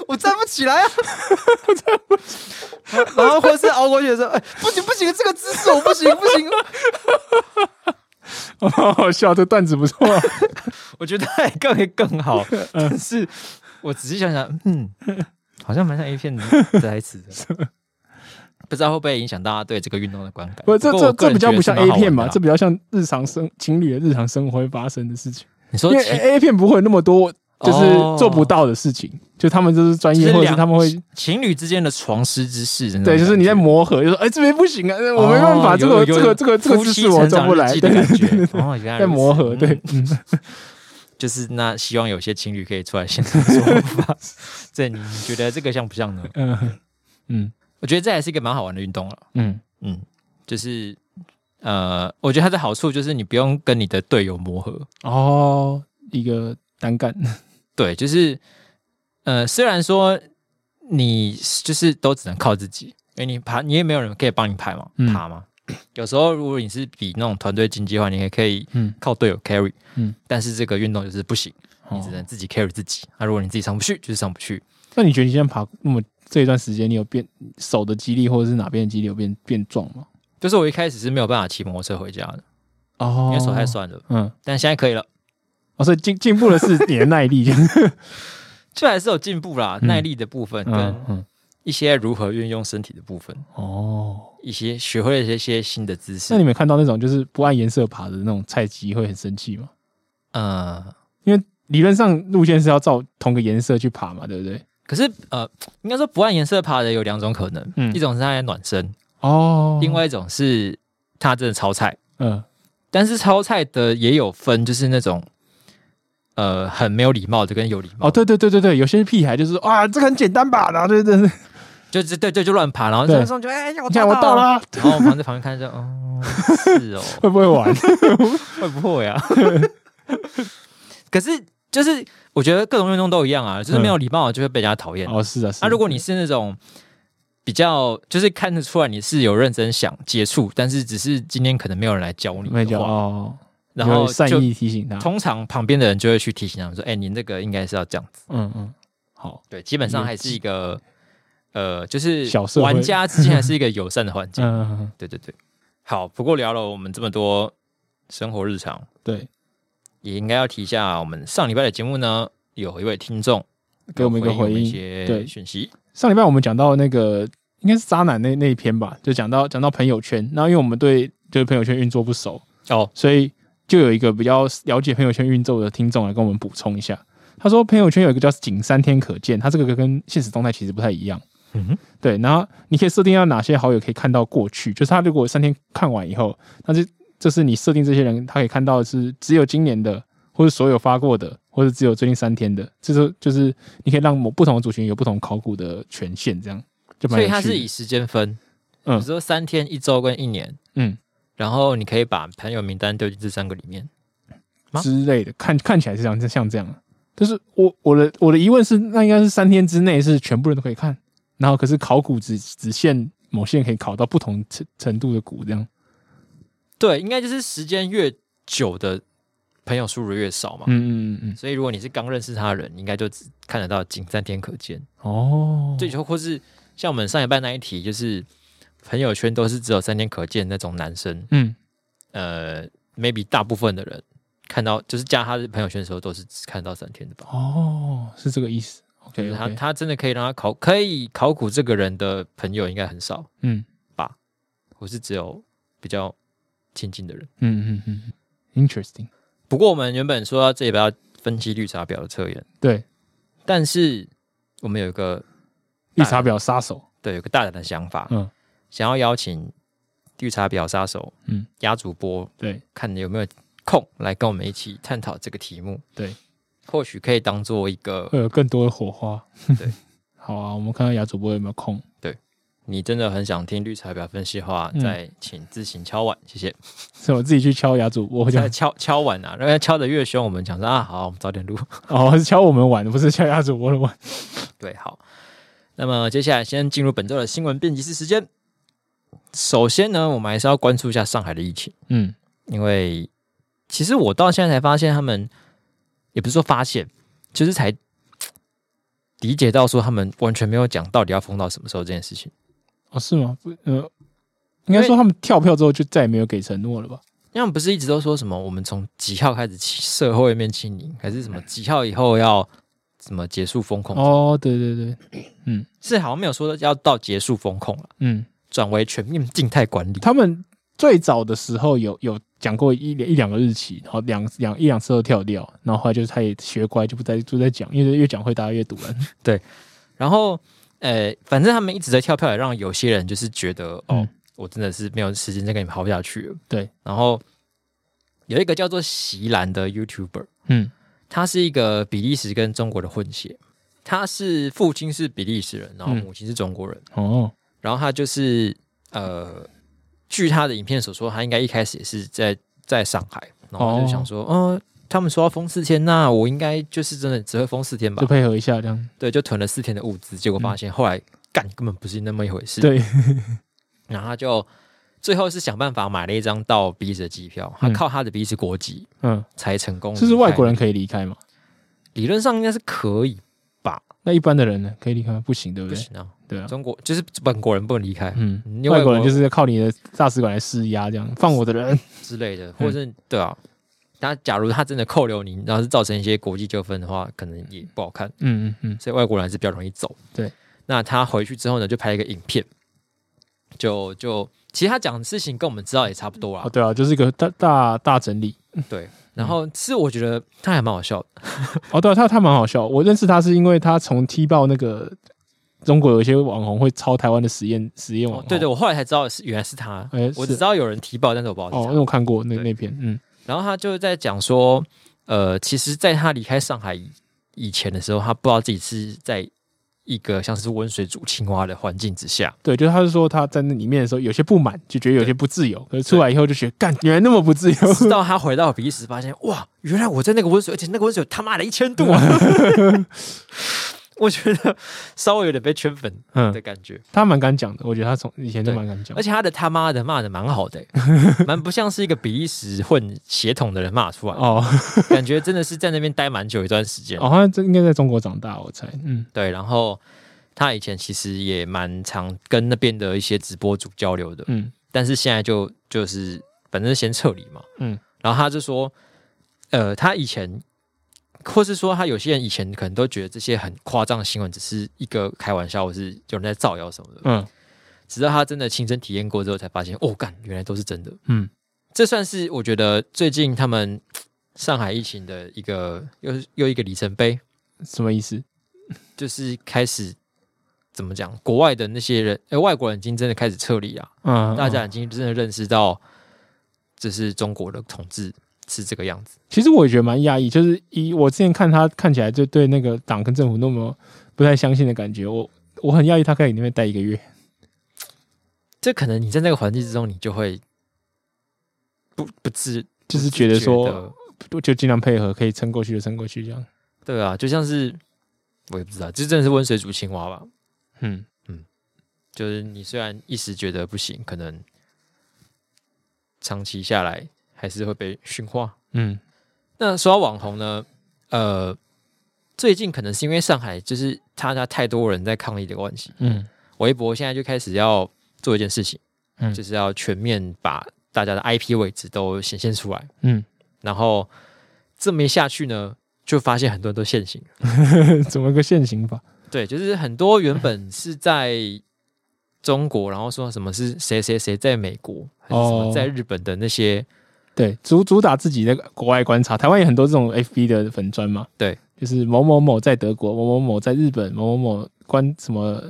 S1: 我站不起来啊， 我站不起。然后或者是熬过去的时候，哎，不行不行，这个姿势我不行不行。
S2: 哦，好笑，这段子 不错啊，
S1: 我觉得还更会更好，
S2: 嗯
S1: 但是我仔细想想，嗯，好像蛮像 A 片的台词的，不知道会不会影响大家对这个运动的观感。
S2: 不，这
S1: 过
S2: 这
S1: 我个
S2: 这
S1: 人
S2: 比较
S1: 觉得
S2: 不
S1: 是
S2: 像
S1: 蛮
S2: A
S1: 好玩
S2: 片
S1: 的
S2: 嘛，
S1: 啦
S2: 这比较像日常生情侣的日常生活会发生的事情，
S1: 你
S2: 因
S1: 说
S2: 为
S1: 哦其
S2: A A 片不会有那么多就是做不到的事情，就他们就是专
S1: 就
S2: 业，
S1: 是
S2: 或者
S1: 两
S2: 是他们会
S1: 情侣之间的床师之事，
S2: 对，就是你在磨合，就说哎这边不行啊，
S1: 哦
S2: 我没办法，这个这个这个这个姿势我做不来，
S1: 对
S2: 对
S1: 对
S2: 对
S1: 对
S2: 对对，
S1: 对，哦，原来
S2: 在磨合，
S1: 如此
S2: 对，，嗯
S1: 就是那希望有些情侣可以出来现 场说法。这你你觉得这个像不像呢？
S2: 嗯嗯
S1: 我觉得这还是一个蛮好玩的运动了。
S2: 嗯，
S1: 嗯，就是呃，我觉得它的好处就是你不用跟你的队友磨合。
S2: 哦，一个单干，
S1: 对，就是呃，虽然说你就是都只能靠自己，因为你爬，你也没有人可以帮你爬嘛，
S2: 嗯
S1: 爬嘛。有时候如果你是比那种团队经济的话，你也可以
S2: 嗯
S1: 靠队友 carry，
S2: 嗯，
S1: 但是这个运动就是不行，你只
S2: 哦
S1: 能自己 carry 自己。那、如果你自己上不去，就是上不去。
S2: 那你觉得你现在爬那么这一段时间，你有变手的肌力或者是哪边的肌力有变变壮吗？
S1: 就是我一开始是没有办法骑摩托车回家的，
S2: 哦
S1: 因为手太，酸了，
S2: 嗯，
S1: 但现在可以了，
S2: 哦，所以进进步的是你的耐力，
S1: 这还是有进步啦，
S2: 嗯
S1: 耐力的部分跟
S2: 嗯嗯，
S1: 一些如何运用身体的部分，
S2: 哦，
S1: 一些学会了一些新的姿势
S2: 那你。们有看到那种就是不按颜色爬的那种菜鸡会很生气吗？
S1: 嗯，
S2: 理论上路线是要照同个颜色去爬嘛，对不对？
S1: 可是呃，应该说不按颜色爬的有两种可能，
S2: 嗯
S1: 一种是他在暖身，
S2: 哦，
S1: 另外一种是他真的超菜。
S2: 嗯
S1: 但是超菜的也有分，就是那种呃很没有礼貌的跟有礼貌
S2: 哦，
S1: 的，
S2: 对对对对对，有些屁孩就是啊，这个很简单吧，然后对对对，
S1: 就是对对就乱爬，然后
S2: 对
S1: 上上就哎呀我
S2: 你看我到
S1: 到了，
S2: 啦，
S1: 然后我旁在旁边看着，哦是 哦，
S2: 会不会 玩？
S1: 会不会啊？ 可是就是我觉得各种运动都一样啊，
S2: 嗯
S1: 就是没有礼貌就会被人家讨厌。
S2: 哦，是啊，是
S1: 那、如果你是那种比较，就是看得出来你是有认真想接触，但是只是今天可能没有人来教你
S2: 没
S1: 的
S2: 讲
S1: 话，
S2: 哦，
S1: 然后
S2: 有善
S1: 就
S2: 意提醒他，
S1: 通常旁边的人就会去提醒他们说：“哎、你那个应该是要这样子。
S2: 嗯嗯，好”，
S1: 对，基本上还是一个呃，就是
S2: 小社会
S1: 玩家之间还是一个友善的环境。
S2: 嗯嗯嗯，
S1: 对对对，好。不过聊了我们这么多生活日常，
S2: 对，
S1: 也应该要提一下，我们上礼拜的节目呢，有一位听众
S2: 给我们一个
S1: 有回
S2: 回
S1: 应一
S2: 应。
S1: 些
S2: 对
S1: 讯息，
S2: 上礼拜我们讲到那个应该是渣男那那一篇吧，就讲到讲到朋友圈，然后因为我们对就是朋友圈运作不熟，
S1: 哦，
S2: 所以就有一个比较了解朋友圈运作的听众来跟我们补充一下。他说朋友圈有一个叫“仅三天可见”，它这个跟现实动态其实不太一样。
S1: 嗯哼，
S2: 对，然后你可以设定要哪些好友可以看到过去，就是他如果三天看完以后，那就就是你设定这些人，他可以看到的是只有今年的，或者所有发过的，或者只有最近三天的，就是就是你可以让某不同的族群有不同考古的权限，这样就
S1: 所
S2: 蛮有
S1: 以
S2: 趣的。
S1: 它是以时间分，
S2: 嗯
S1: 比如说三天、一周跟一年，
S2: 嗯
S1: 然后你可以把朋友名单丢进这三个里面。吗
S2: 之类的，看看起来是像像这样。就是我我的我的疑问是，那应该是三天之内是全部人都可以看，然后可是考古只只限某些人可以考到不同程程度的古这样。
S1: 对，应该就是时间越久的朋友数量越少嘛。
S2: 嗯嗯嗯嗯，
S1: 所以如果你是刚认识他的人，你应该就只看得到仅三天可见。
S2: 哦，
S1: 最，后或是像我们上一半那一题，就是朋友圈都是只有三天可见那种男生，
S2: 嗯
S1: 呃，maybe 大部分的人看到就是加他的朋友圈的时候，都是只看到三天的吧。
S2: 哦，是这个意思。
S1: 就
S2: OK，
S1: 是他
S2: OK，
S1: 他真的可以让他考可以考古这个人的朋友应该很少，
S2: 嗯
S1: 我是只有比较亲近的人。
S2: 嗯嗯嗯嗯，interesting，
S1: 不过我们原本说到这里边要分析绿茶婊的测验，
S2: 对，
S1: 但是我们有一个
S2: 绿茶婊杀手，
S1: 对有个大胆的想法，
S2: 嗯
S1: 想要邀请绿茶婊杀手，
S2: 嗯，
S1: 鸭主播
S2: 对，
S1: 看有没有空来跟我们一起探讨这个题目。
S2: 对，
S1: 或许可以当做一个
S2: 会有更多的火花。
S1: 对，
S2: 好啊，我们看看雅主播有没有空。
S1: 你真的很想听绿茶婊分析的话，
S2: 嗯
S1: 再请自行敲碗，谢谢。
S2: 是我自己去敲雅主播，这
S1: 再
S2: 样
S1: 敲敲碗啊，然后敲的越凶，我们讲说啊，好，我们早点录。
S2: 哦，是敲我们碗，不是敲雅主播的碗。
S1: 对，好。那么接下来先进入本周的新闻编辑室时间。首先呢，我们还是要关注一下上海的疫情，
S2: 嗯，
S1: 因为其实我到现在才发现，他们也不是说发现，就是才理解到说他们完全没有讲到底要封到什么时候这件事情。
S2: 哦，是吗？不，呃，应该说他们跳票之后就再也没有给承诺了吧？
S1: 因为他们不是一直都说什么我们从几号开始清社会面清零，还是什么几号以后要什么结束风控？
S2: 哦，对对对，
S1: 是好像没有说要到结束风控了，
S2: 嗯，
S1: 转为全面静态管理。
S2: 他们最早的时候有有讲过一一两个日期，然后两两一两次都跳掉，然后后来就是他也学乖，就不再就在讲，因为越讲会大家越堵了。
S1: 然后，呃，反正他们一直在跳票，也让有些人就是觉得，哦，
S2: 嗯
S1: 我真的是没有时间再跟你们耗下去了。
S2: 对，
S1: 然后有一个叫做席兰的 YouTuber，
S2: 嗯
S1: 他是一个比利时跟中国的混血，他是父亲是比利时人，然后
S2: 嗯
S1: 母亲是中国人，
S2: 哦，
S1: 然后他就是呃，据他的影片所说，他应该一开始也是在在上海，然后他就
S2: 哦
S1: 想说，哦、他们说要封四天，那我应该就是真的只会封四天吧
S2: 就？配合一下这样。
S1: 对，就囤了四天的物资，结果发现后来干根本不是那么一回事。
S2: 嗯对，
S1: 然后他就最后是想办法买了一张到比利时的机票，他
S2: 嗯
S1: 靠他的比利时国籍
S2: 嗯，
S1: 才成功。
S2: 就是外国人，可以离开嘛？
S1: 理论上应该是可以，
S2: 那一般的人呢，可以离开吗？不行，对不
S1: 不
S2: 对？
S1: 行啊，
S2: 对啊，
S1: 中国就是本国人不能离开
S2: 嗯
S1: 你，
S2: 外
S1: 外
S2: 国
S1: 国
S2: 人就是靠你的大使馆来施压，这样放我的人。
S1: 之类
S2: 嗯
S1: 的，或者是对啊。他假如他真的扣留你，然后是造成一些国际纠纷的话，可能也不好看。
S2: 嗯嗯嗯，
S1: 所以外国人还是比较容易走。
S2: 对，
S1: 那他回去之后呢，就拍了一个影片，就就其实他讲的事情跟我们知道也差不多啦
S2: 哦，。对啊，就是一个大大大整理。
S1: 对，然
S2: 嗯
S1: 后其实我觉得他还蛮好笑的，
S2: 哦，对啊，他他蛮好笑。我认识他是因为他从踢爆那个中国有一些网红会抄台湾的实验实验网
S1: 哦
S2: 红。
S1: 对对，我后来才知道是原来是他
S2: 哎，
S1: 我
S2: 是
S1: 只知道有人提报，但是我不知道
S2: 哦，
S1: 是
S2: 那
S1: 他。
S2: 我看过那
S1: 对
S2: 那篇，嗯
S1: 然后他就在讲说，呃，其实，在他离开上海以以前的时候，他不知道自己是在一个像是温水煮青蛙的环境之 下，
S2: 对，就是他是说他在那里面的时候有些不满，就觉得有些不自由，可是出来以后就觉得干，原来那么不自由。
S1: 直到他回到比利时，发现哇，原来我在那个温水，而且那个温水他妈的一千 度啊！我觉得稍微有点被圈粉的
S2: 嗯，
S1: 感觉，
S2: 他蛮敢讲的，我觉得他从以前就
S1: 对
S2: 蛮敢讲
S1: 而。且他的他妈的骂的蛮好的、欸蛮不像是一个比利时混血统的人骂出来，
S2: 哦，
S1: 感觉真的是在那边待蛮久一段时间。
S2: 哦，他这应该在中国长大，我猜。嗯
S1: 对，然后他以前其实也蛮常跟那边的一些直播主交流的，
S2: 嗯
S1: 但是现在就就是反正先撤离嘛，
S2: 嗯，
S1: 然后他就说，呃，他以前，或是说他有些人以前可能都觉得这些很夸张的新闻只是一个开玩笑，或是有人在造谣什么的，
S2: 嗯
S1: 直到他真的亲身体验过之后，才发现，哦，干，原来都是真的。
S2: 嗯，
S1: 这算是我觉得最近他们上海疫情的一个又又一个里程碑，
S2: 什么意思？
S1: 就是开始。怎么讲？国外的那些人，呃，外国人已经真的开始撤离啊，
S2: 嗯，
S1: 大
S2: 嗯
S1: 家已经真的认识到，这是中国的统治是这个样子。
S2: 其实我也觉得蛮压抑，就是以我之前看他看起来就对那个党跟政府那么不太相信的感觉，我我很压抑他可以里面待一个月。
S1: 这可能你在那个环境之中，你就会不不自，
S2: 就是觉得
S1: 不
S2: 说
S1: 自觉地
S2: 就就尽量配合，可以撑过去就撑过去这样。
S1: 对啊，就像是我也不知道，这真的是温水煮青蛙吧？
S2: 嗯，
S1: 就是你虽然一时觉得不行，可能长期下来还是会被驯化。
S2: 嗯，
S1: 那说到网红呢，呃，最近可能是因为上海就是他家太多人在抗议的关系，
S2: 嗯，
S1: 微博现在就开始要做一件事情，
S2: 嗯
S1: 就是要全面把大家的 IP 位置都显现出来，
S2: 嗯，
S1: 然后这么一下去呢，就发现很多人都现形了，
S2: 怎么个现行法？
S1: 对，就是很多原本是在中国，然后说什么是谁谁谁在美国，还是什
S2: 哦
S1: 么在日本的那些，
S2: 对，主主打自己的国外观察，台湾有很多这种 FB 的粉砖嘛。
S1: 对，
S2: 就是某某某在德国，某某某在日本，某某某观什么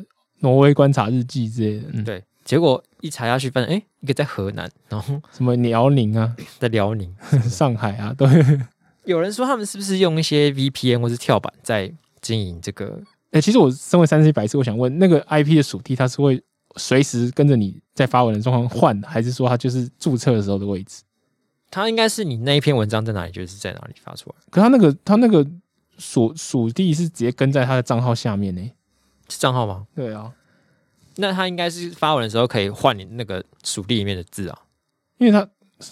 S2: 挪威观察日记之类的。嗯，
S1: 对，结果一查下去发现，哎，一个在河南，然后
S2: 什么辽宁啊、
S1: 在辽宁，
S2: 上海啊，都
S1: 有人说他们是不是用一些 VPN 或是跳板在经营这个？
S2: 哎、其实我身为三 C 白痴，我想问，那个 IP 的属地它是会随时跟着你在发文的状况换的，还是说它就是注册的时候的位置？
S1: 它应该是你那一篇文章在哪里，就是在哪里发出来，
S2: 可它那个它那个属属地是直接跟在它的账号下面呢、
S1: 是账号吗？
S2: 对啊，
S1: 那它应该是发文的时候可以换你那个属地里面的字啊。
S2: 因为它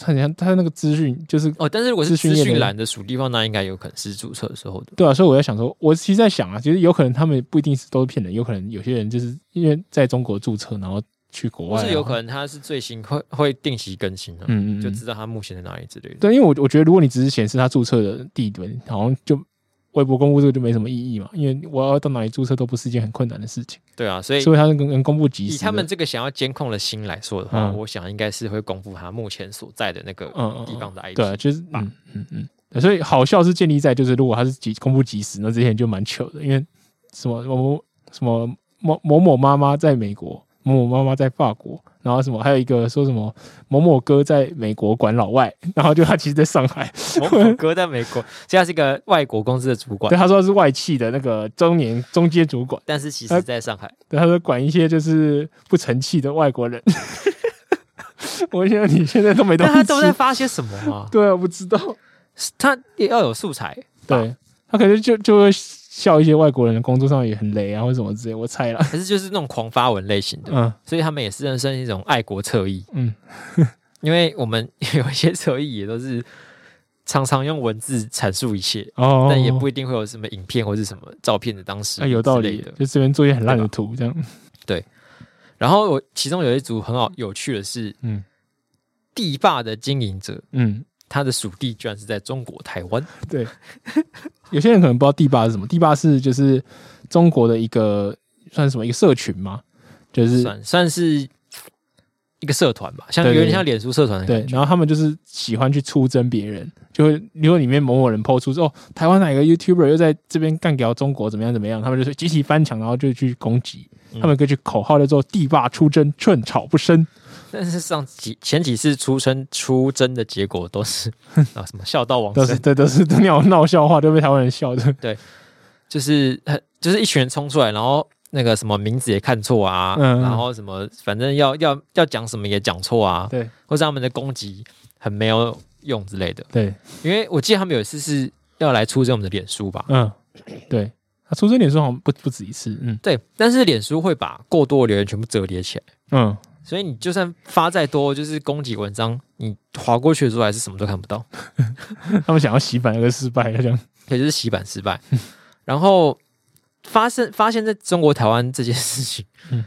S2: 很像它那个资讯就是
S1: 哦，但是如果是
S2: 资讯
S1: 资
S2: 页的
S1: 讯栏的属地方，那应该有可能是注册的时候的。
S2: 对啊，所以我在想说，我其实在想啊，其实有可能他们不一定是都是骗人，有可能有些人就是因为在中国注册，然后去国
S1: 或
S2: 外、啊，
S1: 是有可能它是最新会会定期更新的、
S2: 嗯，嗯嗯，
S1: 就知道它目前在哪里之类的。
S2: 对，因为我我觉得如果你只是显示他注册的地点，好像就微博公布这个就没什么意义嘛，因为我要到哪里注册都不是一件很困难的事情，
S1: 对啊，所以
S2: 所以他能能公布及时
S1: 以
S2: 的。
S1: 他们这个想要监控的心来说的话，
S2: 嗯
S1: 我想应该是会公布它目前所在的那个
S2: 嗯嗯
S1: 地方的 IP。
S2: 对啊，就是
S1: 吧
S2: 嗯嗯嗯对，所以好笑是建立在就是如果他是及公布及时，那这些人就蛮糗的，因为什么某某什么某某某妈妈在美国，某某妈妈在法国。然后什么，还有一个说什么某某哥在美国管老外，然后就他其实在上海，
S1: 某某哥在美国，现在是一个外国公司的主管
S2: 对，他说他是外企的那个中年中阶主管，
S1: 但是其实在上海。
S2: 对，他说管一些就是不成器的外国人。 我觉得你现在都没东
S1: 那
S2: 西
S1: 他都
S2: 吃
S1: 在发些什么啊？
S2: 对啊，我不知道。
S1: 他也要有素材，
S2: 对，他可能就就会笑一些外国人的工作上也很雷啊，或者什么之类，我猜啦。
S1: 可是就是那种狂发文类型的，
S2: 嗯
S1: 所以他们也是算一种爱国侧翼。
S2: 嗯，
S1: 因为我们 有一些侧翼也都是常常用文字阐述一切，
S2: 哦，
S1: 但也不一定会有什么影片或是什么照片的啊当时、
S2: 啊，有道理
S1: 的。，
S2: 就这边做一些很烂的图，这样，
S1: 然后我其中有一组很好有趣的是，
S2: 嗯
S1: 地霸的经营者，
S2: 嗯，
S1: 他的属地居然是在中国台湾。
S2: 对。有些人可能不知道地霸是什么，地霸是就是中国的一个算什么一个社群嘛，就是
S1: 算算是一个社团吧，像有
S2: 对对
S1: 点像脸书社团的
S2: 对
S1: 感，觉。
S2: 然后他们就是喜欢去出征别人，就会如果里面某某人抛出说哦，台湾哪个 YouTuber 又在这边干掉中国怎么样怎么样，他们就是集体翻墙，然后就去攻击，
S1: 嗯
S2: 他们根据口号叫做“地霸出征，寸草不生
S1: 但是上几前几次出生出征的结果都 是啊什么孝道”，亡
S2: 都是
S1: 身，
S2: 对，都是那种闹笑话，都被台湾人笑 的。
S1: 就是很就是一群人冲出来，然后那个什么名字也看错啊，
S2: 嗯
S1: 然后什么反正要要要讲什么也讲错啊，
S2: 对
S1: 或者他们的攻击很没有用之类的。
S2: 对，
S1: 因为我记得他们有一次是要来出征我们的脸书吧。
S2: 嗯，对，他出征点数好像不不止一次，嗯
S1: 对，但是脸书会把过多的留言全部折叠起来。
S2: 嗯，
S1: 所以你就算发再多，就是攻击文章，你划过去的时候还是什么都看不到，
S2: 他们想要洗版而失败，这样，
S1: 也就是洗版失败。然后发生发现在中国台湾这件事情，
S2: 嗯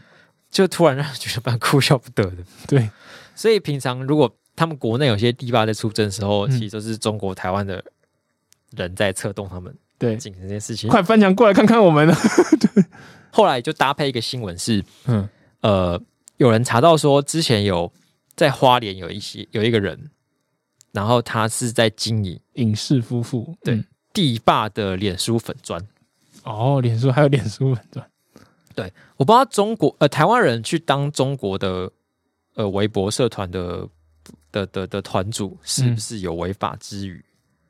S1: 就突然让人觉得蛮哭笑不得的。
S2: 对，
S1: 所以平常如果他们国内有些地霸在出征的时候，
S2: 嗯
S1: 其实都是中国台湾的人在策动他们
S2: 对，
S1: 进行这件事情。
S2: 快翻墙过来看看我们，
S1: 后来就搭配一个新闻是，
S2: 嗯
S1: 呃，有人查到说，之前有在花莲有一些有一个人，然后他是在经营
S2: 影视夫妇，
S1: 对
S2: 嗯
S1: 地霸的脸书粉砖。
S2: 哦，脸书还有脸书粉钻，
S1: 我不知道中国呃台湾人去当中国的呃微博社团的的的的团主是不是有违法之余？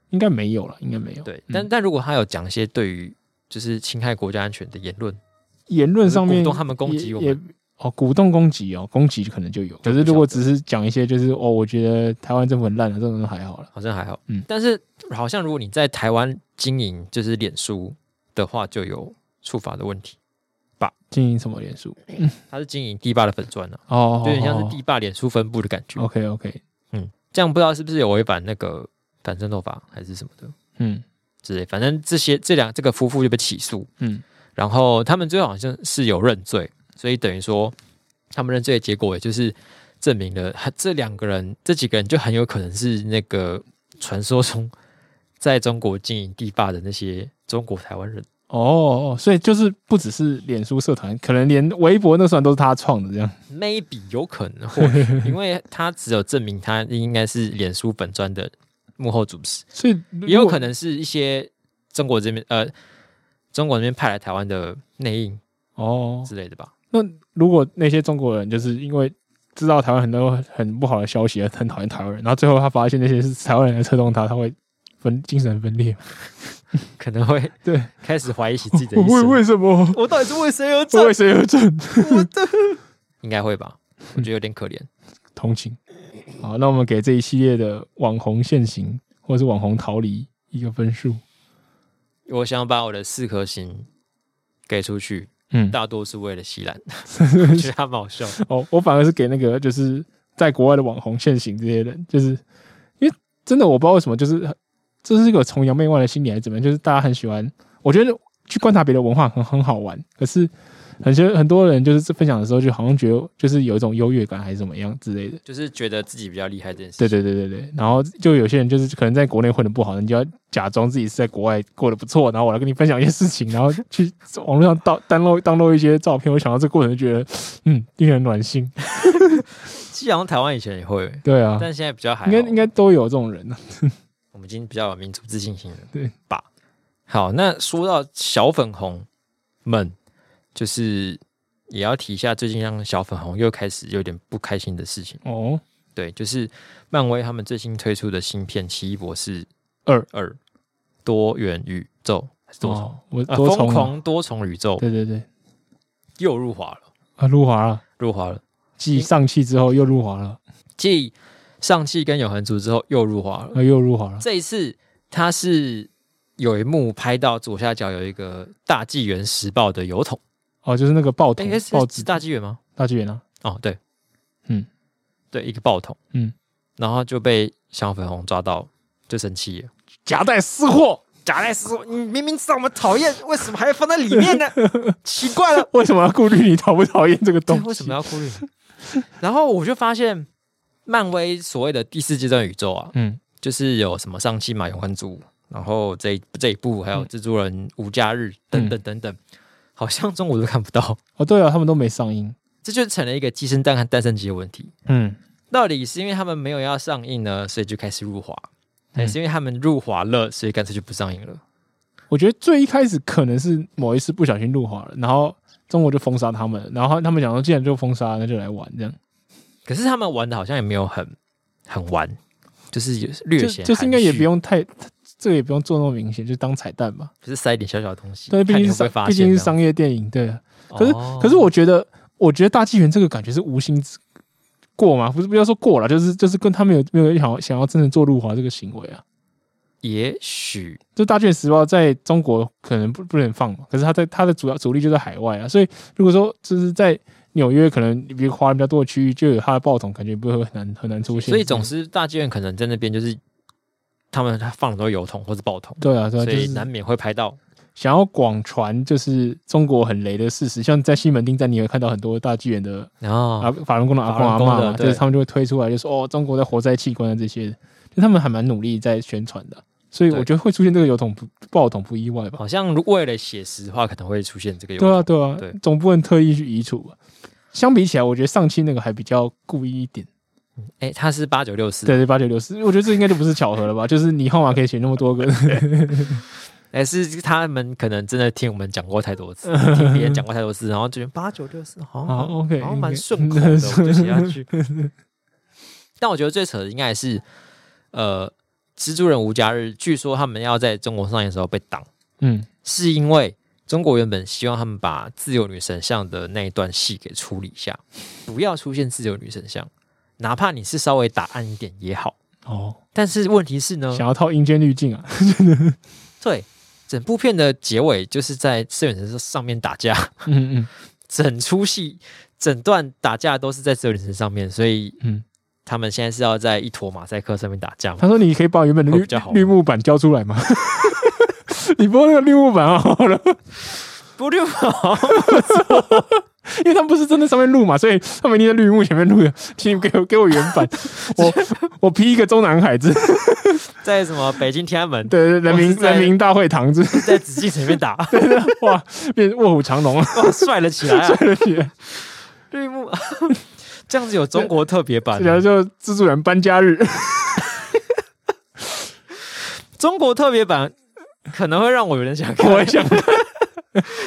S2: 应该没有了，应该没有，
S1: 对，
S2: 嗯
S1: 但但如果他有讲一些对于就是侵害国家安全的言论，
S2: 言论上面
S1: 鼓动他们攻击我们
S2: 也也哦，鼓动攻击哦，攻击可能就有。可是如果只是讲一些就是哦，我觉得台湾政府很烂啊的这种就还好了。
S1: 好像还好。
S2: 嗯
S1: 但是好像如果你在台湾经营就是脸书的话，就有处罚的问题。
S2: 经营什么脸书
S1: 他是经营地霸的粉砖呢、啊，
S2: 哦，
S1: 就有点像是地霸脸书分部的感觉。
S2: OK OK，
S1: 嗯，这样不知道是不是有违反那个反渗透法还是什么的。
S2: 嗯
S1: 之类，反正这些这两这个夫妇就被起诉，
S2: 嗯
S1: 然后他们最后好像是有认罪，所以等于说他们认罪的结果，也就是证明了他这两个人这几个人就很有可能是那个传说中在中国经营地霸的那些中国台湾人。
S2: 哦，哦所以就是不只是脸书社团，可能连微博那算都是他创的这样。
S1: maybe 有可能，或许，因为他只有证明他应该是脸书本专的幕后主使，
S2: 所以如
S1: 也有
S2: 果
S1: 可能是一些中国这边呃中国那边派来台湾的内应
S2: 哦，
S1: 之类的吧。
S2: 那如果那些中国人就是因为。知道台湾很多很不好的消息，很讨厌台湾人，然后最后他发现那些是台湾人来策动他，他会分精神分裂。
S1: 可能 会
S2: 对，
S1: 开始怀疑起自己的一
S2: 为
S1: 生。
S2: 为什么？
S1: 我到底是为谁而
S2: 为？谁而战？
S1: 应该会吧，我觉得有点可怜。
S2: 同情。好，那我们给这一系列的网红现行或者是网红逃离一个分数。
S1: 我想把我的四颗星给出去，
S2: 嗯，
S1: 大多是为了西 兰，我觉得他蛮好笑的。
S2: 哦，我反而是给那个就是在国外的网红现行这些人，就是因为真的我不知道为什么，就是这是一个崇洋媚外的心理还是怎么样，就是大家很喜欢，我觉得去观察别的文化很很好玩，可是很些很多人就是分享的时候，就好像觉得就是有一种优越感还是怎么样之类的。
S1: 就是觉得自己比较厉害这件事。
S2: 对对对对对，然后就有些人就是可能在国内混的不好，你就要假装自己是在国外过得不错，然后我来跟你分享一些事情，然后去网络上到当漏当漏一些照片，我想到这个过程就觉得，嗯，令人暖心。
S1: 其实好像台湾以前也会，
S2: 对啊，
S1: 但现在比较还
S2: 应
S1: 好。
S2: 该应该都有这种人啊。
S1: 我们已经比较有民族自信心了，
S2: 对
S1: 吧？好，那说到小粉红们，就是也要提一下最近让小粉红又开始有点不开心的事情。
S2: 哦，
S1: 对，就是漫威他们最新推出的新片《奇异博士
S2: 二
S1: 二：多元宇宙》还是多重？
S2: 哦我
S1: 啊，
S2: 多
S1: 疯
S2: 重啊，
S1: 狂多重宇宙
S2: 对对对，
S1: 又入华了，
S2: 啊，入华了，
S1: 入华了，
S2: 继上汽之后又入华了，
S1: 继
S2: 呃
S1: 上汽跟永恒族之后又入华了。
S2: 啊，又入华了，
S1: 这一次他是有一幕拍到左下角有一个大纪元时报的油桶，
S2: 哦，就是那个报
S1: 哎、
S2: 桶、
S1: 是
S2: 报
S1: 是
S2: 纸、
S1: 大纪元吗？
S2: 大纪元啊，
S1: 哦，对，
S2: 嗯，
S1: 对，一个报桶，
S2: 嗯，
S1: 然后就被小粉红抓到，就生气了。
S2: 夹带私货，
S1: 贾莱斯说：“你明明知道我们讨厌，为什么还要放在里 面呢？奇怪了，
S2: 为什么要顾虑你讨不讨厌这个东
S1: 对
S2: 西？
S1: 为什么要顾虑？”然后我就发现，漫威所谓的第四阶段宇宙啊，
S2: 嗯
S1: 就是有什么上汽嘛、永恒族，然后这一这一部还有蜘蛛人、无家日等等等等，好像中国都看不到，
S2: 哦，对了，他们都没上映。
S1: 这就成了一个鸡生蛋和蛋生鸡的问题。
S2: 嗯，
S1: 到底是因为他们没有要上映呢，所以就开始入华，还是因为他们入华了，所以干脆就不上映了？
S2: 我觉得最一开始可能是某一次不小心入华了，然后中国就封杀他们，然后他们想说，既然就封杀，那就来玩这样。
S1: 可是他们玩的好像也没有很很玩，就是有略
S2: 就
S1: 显
S2: 就是应该
S1: 含蓄
S2: 也不用太，这个也不用做那么明显，就当彩蛋吧。
S1: 就是塞一点小小的东西，
S2: 对，毕
S1: 看
S2: 竟
S1: 你
S2: 是
S1: 会不会
S2: 商，
S1: 发
S2: 毕
S1: 现
S2: 竟是
S1: 这样
S2: 商业电影，对啊。可是
S1: 哦
S2: 可是我觉得，我觉得大纪元这个感觉是无心之过嘛，不是不要说过了，就是就是跟他们有没有想要想要真的做入华这个行为啊。
S1: 也许
S2: 就大卷时报在中国可能不不能放嘛，可是它在它的主要主力就在海外啊，所以如果说就是在纽约，可能比如华人比较多的区域，就有它的报桶，感觉不会很难很难出现。
S1: 所以总是大剧院可能在那边就是他们放很多油桶或者爆桶，
S2: 对啊对啊，
S1: 所
S2: 就
S1: 以
S2: 是
S1: 难免会拍到。
S2: 想要广传就是中国很雷的事实，像在西门町站，你会看到很多大纪元的
S1: 然后
S2: 啊法轮功的阿公阿
S1: 哦法轮
S2: 妈
S1: 功的
S2: 嘛，就是
S1: 对
S2: 他们就会推出来，就说哦中国在活塞器官啊这些的，就他们还蛮努力在宣传的，啊所以
S1: 对
S2: 我觉得会出现这个油桶不爆桶不意外吧。
S1: 好像如为了写实的话，可能会出现这个油
S2: 对
S1: 桶。
S2: 啊，对啊，
S1: 对
S2: 总不能特意去移除吧。相比起来，我觉得上期那个还比较故意一点。
S1: 哎，他是八九六四，
S2: 对对，八九六四，我觉得这应该就不是巧合了 吧？就是你号码可以写那么多个，
S1: 哎，是他们可能真的听我们讲过太多次，听别人讲过太多次，然后就觉得八九六四好像
S2: 好，OK，
S1: 好像
S2: 应该嗯
S1: 蛮顺口的，我 就写下去。但我觉得最扯的应该还是，呃，蜘蛛人无家日，据说他们要在中国上映的时候被挡，
S2: 嗯，
S1: 是因为中国原本希望他们把自由女神像的那一段戏给处理一下，不要出现自由女神像，哪怕你是稍微打暗一点也好。
S2: 哦，
S1: 但是问题是呢，
S2: 想要套阴间滤镜啊，
S1: 对，整部片的结尾就是在自由女神上面打架，
S2: 嗯嗯
S1: 整出戏、整段打架都是在自由女神上面，所以
S2: 嗯。
S1: 他们现在是要在一坨马赛克上面打架嘛？
S2: 他说：“你可以把原本的
S1: 会
S2: 绿
S1: 比较好
S2: 绿幕板交出来吗？ 你播那个绿幕板好了，
S1: 不对哦吧？
S2: 因为他们不是真的上面录嘛，所以他们一定在绿幕前面录的。请你给我给我原 版，我我 P 一个中南海之，
S1: 在什么北京天安门，
S2: 对人
S1: 我
S2: 民
S1: 是在
S2: 人民大会堂之，
S1: 在紫禁城里面 打，
S2: 哇，变卧虎藏龙了，
S1: 哇，帅了起 来啊！
S2: 对不起。”
S1: 绿幕 这样子有中国特别版
S2: 然
S1: 啊，
S2: 后就蜘蛛人搬家日，
S1: 中国特别版可能会让我有点想
S2: 我也
S1: 看，
S2: 想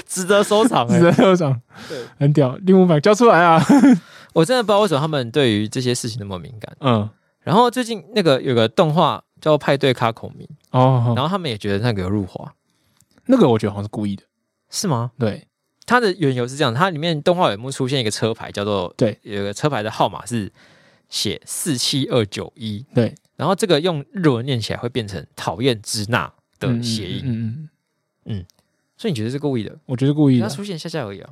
S1: 值得收藏哎、
S2: 死在路上
S1: 对，
S2: 很屌，利物浦交出来啊！
S1: 我真的不知道为什么他们对于这些事情那么敏感。
S2: 嗯，
S1: 然后最近那个有个动画叫《派对卡孔明》，
S2: 哦，
S1: 然后他们也觉得那个有入华，
S2: 那个我觉得好像是故意的，
S1: 是吗？
S2: 对，
S1: 它的缘由是这样，它里面动画有一幕出现一个车牌，叫做
S2: 对，
S1: 有一个车牌的号码是写四七二九一，
S2: 对，
S1: 然后这个用日文念起来会变成讨厌支那的谐音，
S2: 嗯嗯嗯，嗯
S1: 所以你觉得是故意的？
S2: 我觉得是故意
S1: 它
S2: 的，
S1: 出现一下下而已啊。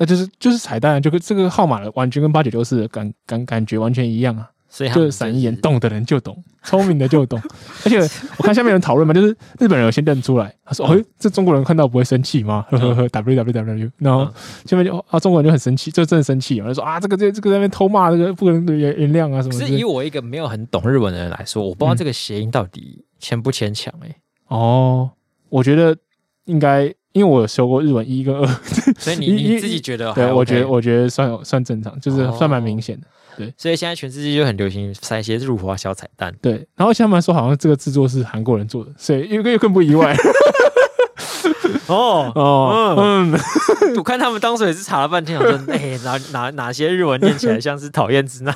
S2: 那就是就是彩蛋，啊就跟这个号码的完全跟八九六四感感感觉完全一样啊，
S1: 所以他
S2: 就
S1: 们
S2: 是闪一眼，
S1: 是
S2: 懂的人就懂，聪明的就 懂。而且我看下面有人讨论嘛，就是日本人有先认出来，他说：“
S1: 嗯
S2: 哦，这中国人看到不会生气吗？”呵呵呵，W W W。然后
S1: 嗯
S2: 下面就哦啊，中国人就很生气，就真的生气嘛，就说啊，这个这个这个在那边偷骂，这个不能原原谅啊什么
S1: 可
S2: 之类的。
S1: 是以我一个没有很懂日文的人来说，我
S2: 嗯
S1: 不知道这个谐音到底牵不牵强 哎、
S2: 哦，我觉得应该，因为我有修过日文一跟二，
S1: 所以你
S2: 一一
S1: 你自己觉得还、
S2: 对
S1: 啊 OK？哦
S2: 我觉得我觉得算有算正常，就是算蛮明显的。
S1: 所以现在全世界就很流行塞一些入华小彩蛋，
S2: 对，然后他们说好像这个制作是韩国人做的，所以又更又更不 意外
S1: 哦，
S2: 哦。嗯，
S1: 我看他们当时也是查了半天，想说，哎、哪哪哪些日文念起来像是讨厌之那，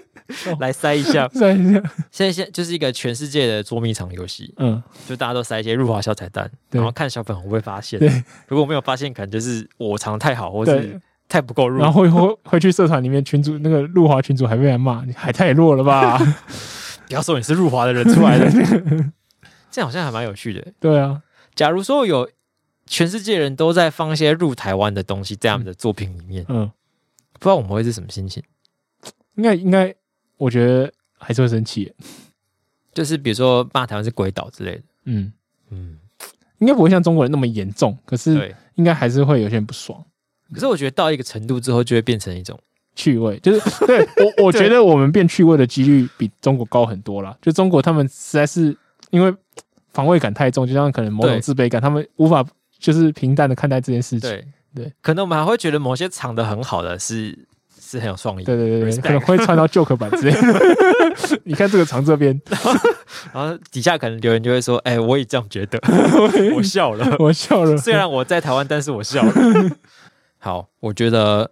S1: 来塞一下。
S2: 算一下，
S1: 现在现在就是一个全世界的捉迷藏游戏，
S2: 嗯，
S1: 就大家都塞一些入华小彩蛋，
S2: 对
S1: 然后看小粉红会不会发现
S2: 对。
S1: 如果没有发现，可能就是我藏得太好，或
S2: 对
S1: 是。太不够入。
S2: 然后会会会去社团里面群主那个路华群主还被人骂，你海太弱了吧？
S1: 不要说你是入华的人出来的。 这样好像还蛮有趣的。
S2: 对啊，
S1: 假如说有全世界人都在放一些入台湾的东西在他们的作品里面，
S2: 嗯，
S1: 不知道我们会是什么心情？
S2: 应该应该，我觉得还是会生气耶。
S1: 就是比如说骂台湾是鬼岛之类的，
S2: 嗯，
S1: 嗯，
S2: 应该不会像中国人那么严重，可是
S1: 对。
S2: 应该还是会有些人不爽。
S1: 可是我觉得到一个程度之后，就会变成一种
S2: 趣味就是 对我，我觉得我们变趣味的几率比中国高很多啦。就中国他们实在是因为防卫感太重，就像可能某种
S1: 对
S2: 自卑感，他们无法就是平淡的看待这件事情。
S1: 对
S2: 对，
S1: 可能我们还会觉得某些藏的很好的是是很有创意，
S2: 对对对对，
S1: Respect
S2: 可能会穿到 joke 版之类的。 你看这个长这边，
S1: 然后底下可能留言就会说：“哎、我也这样觉 得，我笑了。
S2: 我笑 了。
S1: 虽然我在台湾，但是我 笑了。”好，我觉得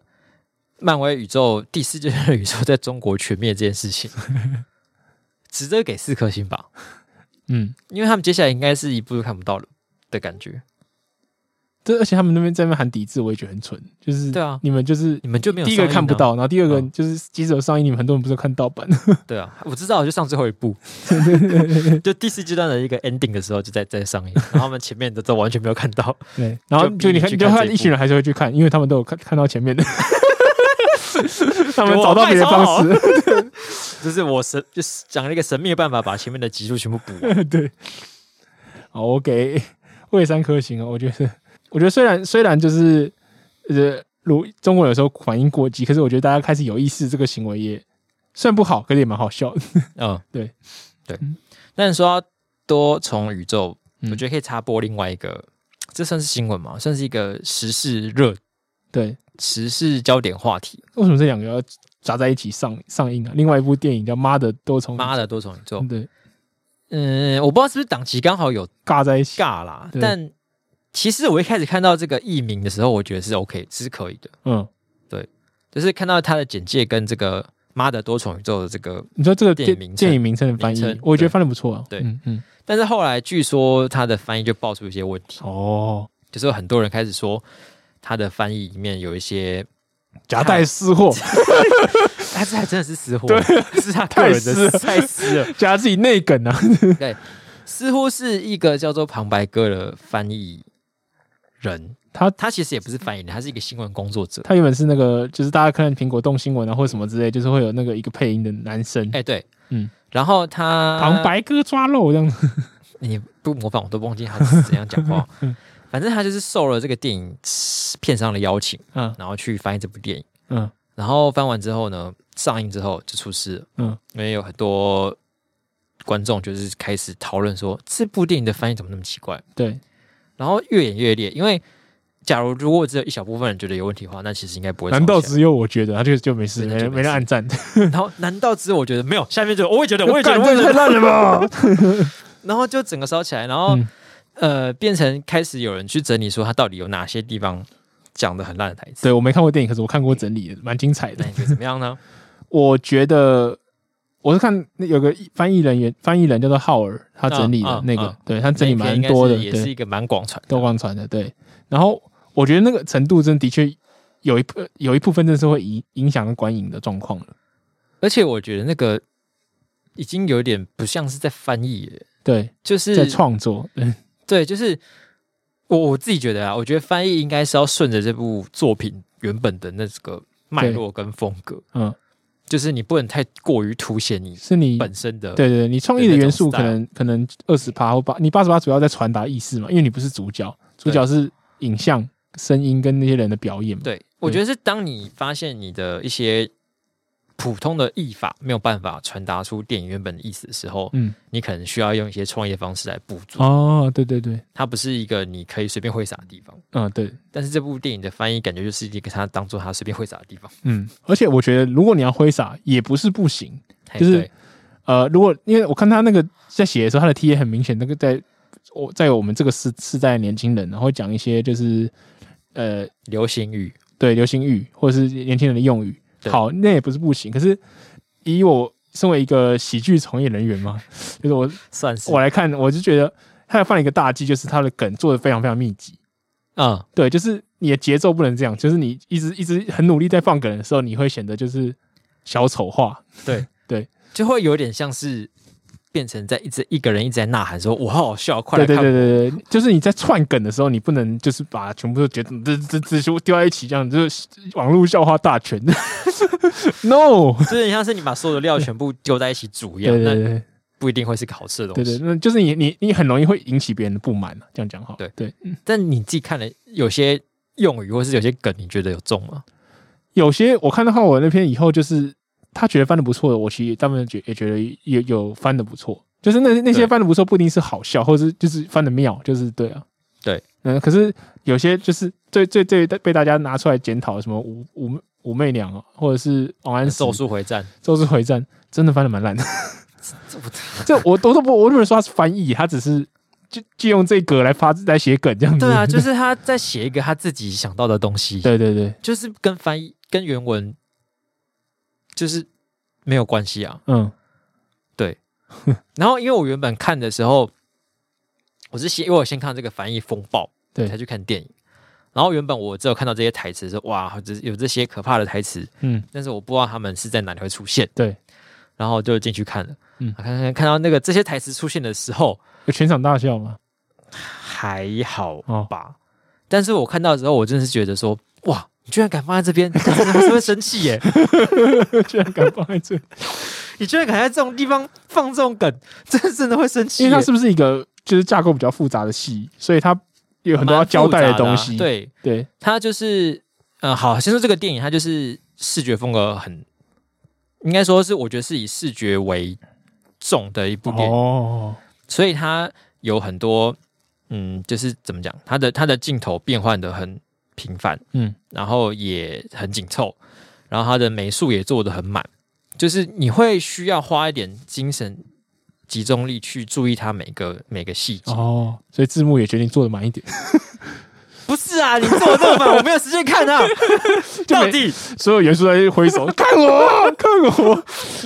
S1: 漫威宇宙第四阶段宇宙在中国全灭这件事 情，值得给四颗星吧，
S2: 嗯，
S1: 因为他们接下来应该是一部都看不到了的感觉。
S2: 这而且他们那边在那边喊抵制，我也觉得很蠢。就是
S1: 对啊
S2: 你们就是
S1: 你们就没有
S2: 第一个
S1: 上映啊
S2: 看不，到，然后第二个
S1: 嗯
S2: 就是即使有上映，你们很多人不是看盗版。
S1: 对啊，我知道，我就上最后一 部，就第四阶段的一个 ending 的时候就在在上映，然后他们前面的都完全没有看到，
S2: 对， 然后
S1: 就逼
S2: 就你
S1: 你
S2: 看，
S1: 去
S2: 你就
S1: 看
S2: 看
S1: 这一
S2: 一群人还是会去看，因为他们都有看看到前 面的，他们找到别的方式。
S1: 就是我神就是讲了一个神秘的办法，把前面的集数全部补完。
S2: 对，好，我 给魏三颗星啊，我觉得，我觉得虽然虽然就是呃，如中国有时候反应过激，可是我觉得大家开始有意识，这个行为也虽然不好，可是也蛮好笑的。
S1: 嗯，
S2: 对
S1: 对
S2: 嗯。
S1: 但说到多重宇宙，
S2: 嗯
S1: 我觉得可以插播另外一个，这算是新闻吗？算是一个时事热、
S2: 对，
S1: 时事焦点话题。
S2: 为什么这两个要砸在一起上上映啊？另外一部电影叫《妈的多重宇宙》，
S1: 妈的，多重宇宙。
S2: 对，
S1: 嗯，我不知道是不是档期刚好有
S2: 尬在一起，
S1: 尬啦，
S2: 对
S1: 但其实我一开始看到这个译名的时候，我觉得是 OK，是可以的。
S2: 嗯，
S1: 就是看到它的简介跟这个《妈的多重宇宙》的这个，
S2: 你说这个
S1: 电影
S2: 电
S1: 名称
S2: 电影名称的翻
S1: 名
S2: 译
S1: 称，
S2: 我觉得
S1: 对
S2: 翻的不错啊。
S1: 对
S2: 嗯嗯，
S1: 但是后来据说它的翻译就爆出一些问题，
S2: 哦。
S1: 就是有很多人开始说它的翻译里面有一些
S2: 夹带私货，
S1: 他啊这还真的是私货，
S2: 对，
S1: 是他个人
S2: 太 私
S1: 的
S2: 了
S1: 太私了。
S2: 夹自己内梗啊。
S1: 似乎是一个叫做旁白哥的翻译人，
S2: 他
S1: 他其实也不是翻译人，他是一个新闻工作者。
S2: 他原本是那个，就是大家看苹果动新闻啊，或者什么之类，就是会有那个一个配音的男生，
S1: 哎、对，
S2: 嗯，
S1: 然后他
S2: 旁，白哥抓漏这样子。
S1: 你不模仿我都忘记他是怎样讲 话。反正他就是受了这个电影片商的邀请，
S2: 嗯
S1: 然后去翻译这部电影。
S2: 嗯
S1: 然后翻完之后呢，上映之后就出事了，
S2: 嗯，
S1: 因为有很多观众就是开始讨论说，这部电影的翻译怎么那么奇怪？
S2: 对，
S1: 然后越演越烈，因为假如如果只有一小部分人觉得有问题的话，那其实应该不会吵起来。
S2: 难道只有我觉得他就就没事，
S1: 对那
S2: 没
S1: 就
S2: 人
S1: 没
S2: 没人
S1: 事
S2: 按 赞？
S1: 然后难道只有我觉得没有？下面就哦我也觉得，我也觉得，
S2: 干
S1: 我也
S2: 这
S1: 觉
S2: 太
S1: 得，
S2: 烂了吧！
S1: 然后就整个烧起来，然后、
S2: 嗯
S1: 呃，变成开始有人去整理说他到底有哪些地方讲的很烂的台词。
S2: 对我没看过电影，可是我看过整理的，蛮精彩
S1: 那
S2: 的
S1: 你。觉得怎么样呢？
S2: 我觉得我是看那有个翻译人员，翻译人叫做浩尔，他整理的
S1: 嗯嗯
S2: 那个
S1: 嗯，
S2: 对 他整理
S1: 那篇
S2: 蛮
S1: 应该是
S2: 多的，
S1: 也
S2: 对
S1: 是一个蛮广传
S2: 都忘传的，对。然后我觉得那个程度真的确有一部有一部分真的是会影影响观影的状况了。
S1: 而且我觉得那个已经有点不像是在翻译了，
S2: 对，
S1: 就是
S2: 在创作， 嗯对
S1: 对，就是我我自己觉得啊，我觉得翻译应该是要顺着这部作品原本的那个脉络跟风格，
S2: 嗯，
S1: 就是你不能太过于凸显你
S2: 是你
S1: 本身的。
S2: 对对，你创意的元素可能可能二十趴或八，你八十趴主要在传达意思嘛，因为你不是主角，主角是影像、声音跟那些人的表演嘛。
S1: 对我觉
S2: 嗯
S1: 得是当你发现你的一些普通的译法没有办法传达出电影原本的意思的时候，
S2: 嗯，
S1: 你可能需要用一些创业方式来补足。
S2: 哦，对对对，
S1: 它不是一个你可以随便挥洒的地方，
S2: 嗯对，
S1: 但是这部电影的翻译感觉就是一个它当做它随便挥洒的地方。
S2: 嗯，而且我觉得如果你要挥洒，也不是不行，
S1: 嘿
S2: 就是
S1: 对
S2: 呃，如果因为我看他那个在写的时候，他的 T 也很明显，那个在我在我们这个世世代的年轻人，然后讲一些就是呃，
S1: 流行语，
S2: 对流行语或者是年轻人的用语。
S1: 对
S2: 好，那也不是不行，可是以我身为一个喜剧从业人员嘛， 就是我
S1: 算是
S2: 我来看，我就觉得他犯了一个大忌，就是他的梗做的非常非常密集。
S1: 嗯，
S2: 对，就是你的节奏不能这样，就是你一直一直很努力在放梗的时候，你会显得就是小丑化。
S1: 对
S2: 对，
S1: 就会有点像是变成在一直一个人一直在呐喊说“我好好笑，快来
S2: 对
S1: 看我”
S2: 对对对对，就是你在串梗的时候，你不能就是把全部都觉得这这这这丢在一起，这样就是网络笑话大全。no，
S1: 就是有点像是你把所有的料全部丢在一起煮一
S2: 对
S1: 样，
S2: 对
S1: 那
S2: 对
S1: 不一定会是个好吃的东
S2: 对对，
S1: 西。
S2: 那就是你你你很容易会引起别人的不满这样讲好。
S1: 对
S2: 对，
S1: 但你自己看了有些用语或是有些梗，你觉得有中吗？
S2: 有些我看到看我那篇以后，就是他觉得翻的不错的，我其实他们觉也觉得有有翻的不错，就是那那些
S1: 对
S2: 翻的不错不一定是好笑，或者是就是翻的妙，就是对啊，
S1: 对，
S2: 嗯，可是有些就是最最最被大家拿出来检讨，什么武武武媚娘啊，或者是王安
S1: 《
S2: 石
S1: 咒术回战》
S2: 周之回战，真的翻的蛮烂的。
S1: 这我
S2: 这我都都不，我都没有说他是翻译，他只是就借用这个来发来写梗这样子。
S1: 对啊，就是他在写一个他自己想到的东西，
S2: 对对对，
S1: 就是跟翻译跟原文就是没有关系啊。
S2: 嗯
S1: 然后因为我原本看的时候，我是先因为我先看这个翻译风暴，
S2: 对
S1: 才去看电影。然后原本我只有看到这些台词说哇，这有这些可怕的台词，
S2: 嗯，
S1: 但是我不知道他们是在哪里会出现，
S2: 对，
S1: 然后就进去看了。
S2: 嗯
S1: 嗯，看看看到那个这些台词出现的时候
S2: 有全场大笑嘛？
S1: 还好
S2: 哦
S1: 吧，但是我看到的时候，我真的是觉得说哇，你居然敢放在这边， 真的还是会生气耶！
S2: 居然敢放在这里，
S1: 你居然敢在这种地方放这种梗，真的真的会生气
S2: 因
S1: 耶。
S2: 为它是不是一个就是架构比较复杂的戏，所以它有很多要交代
S1: 蛮
S2: 的
S1: 复杂啊
S2: 东西。
S1: 对，
S2: 对
S1: 它就是呃，好，先说这个电影，它就是视觉风格很，应该说是我觉得是以视觉为重的一部电影，
S2: 哦，
S1: 所以它有很多嗯，就是怎么讲，它的它的镜头变换的很频繁，
S2: 嗯，
S1: 然后也很紧凑，然后它的美术也做的很满，就是你会需要花一点精神集中力去注意它每个每个细节。
S2: 哦，所以字幕也决定做的满 一点，
S1: 不是啊，你做的这么满，我没有时间看 啊，到底。
S2: 所有元素在挥 手，看我，看我，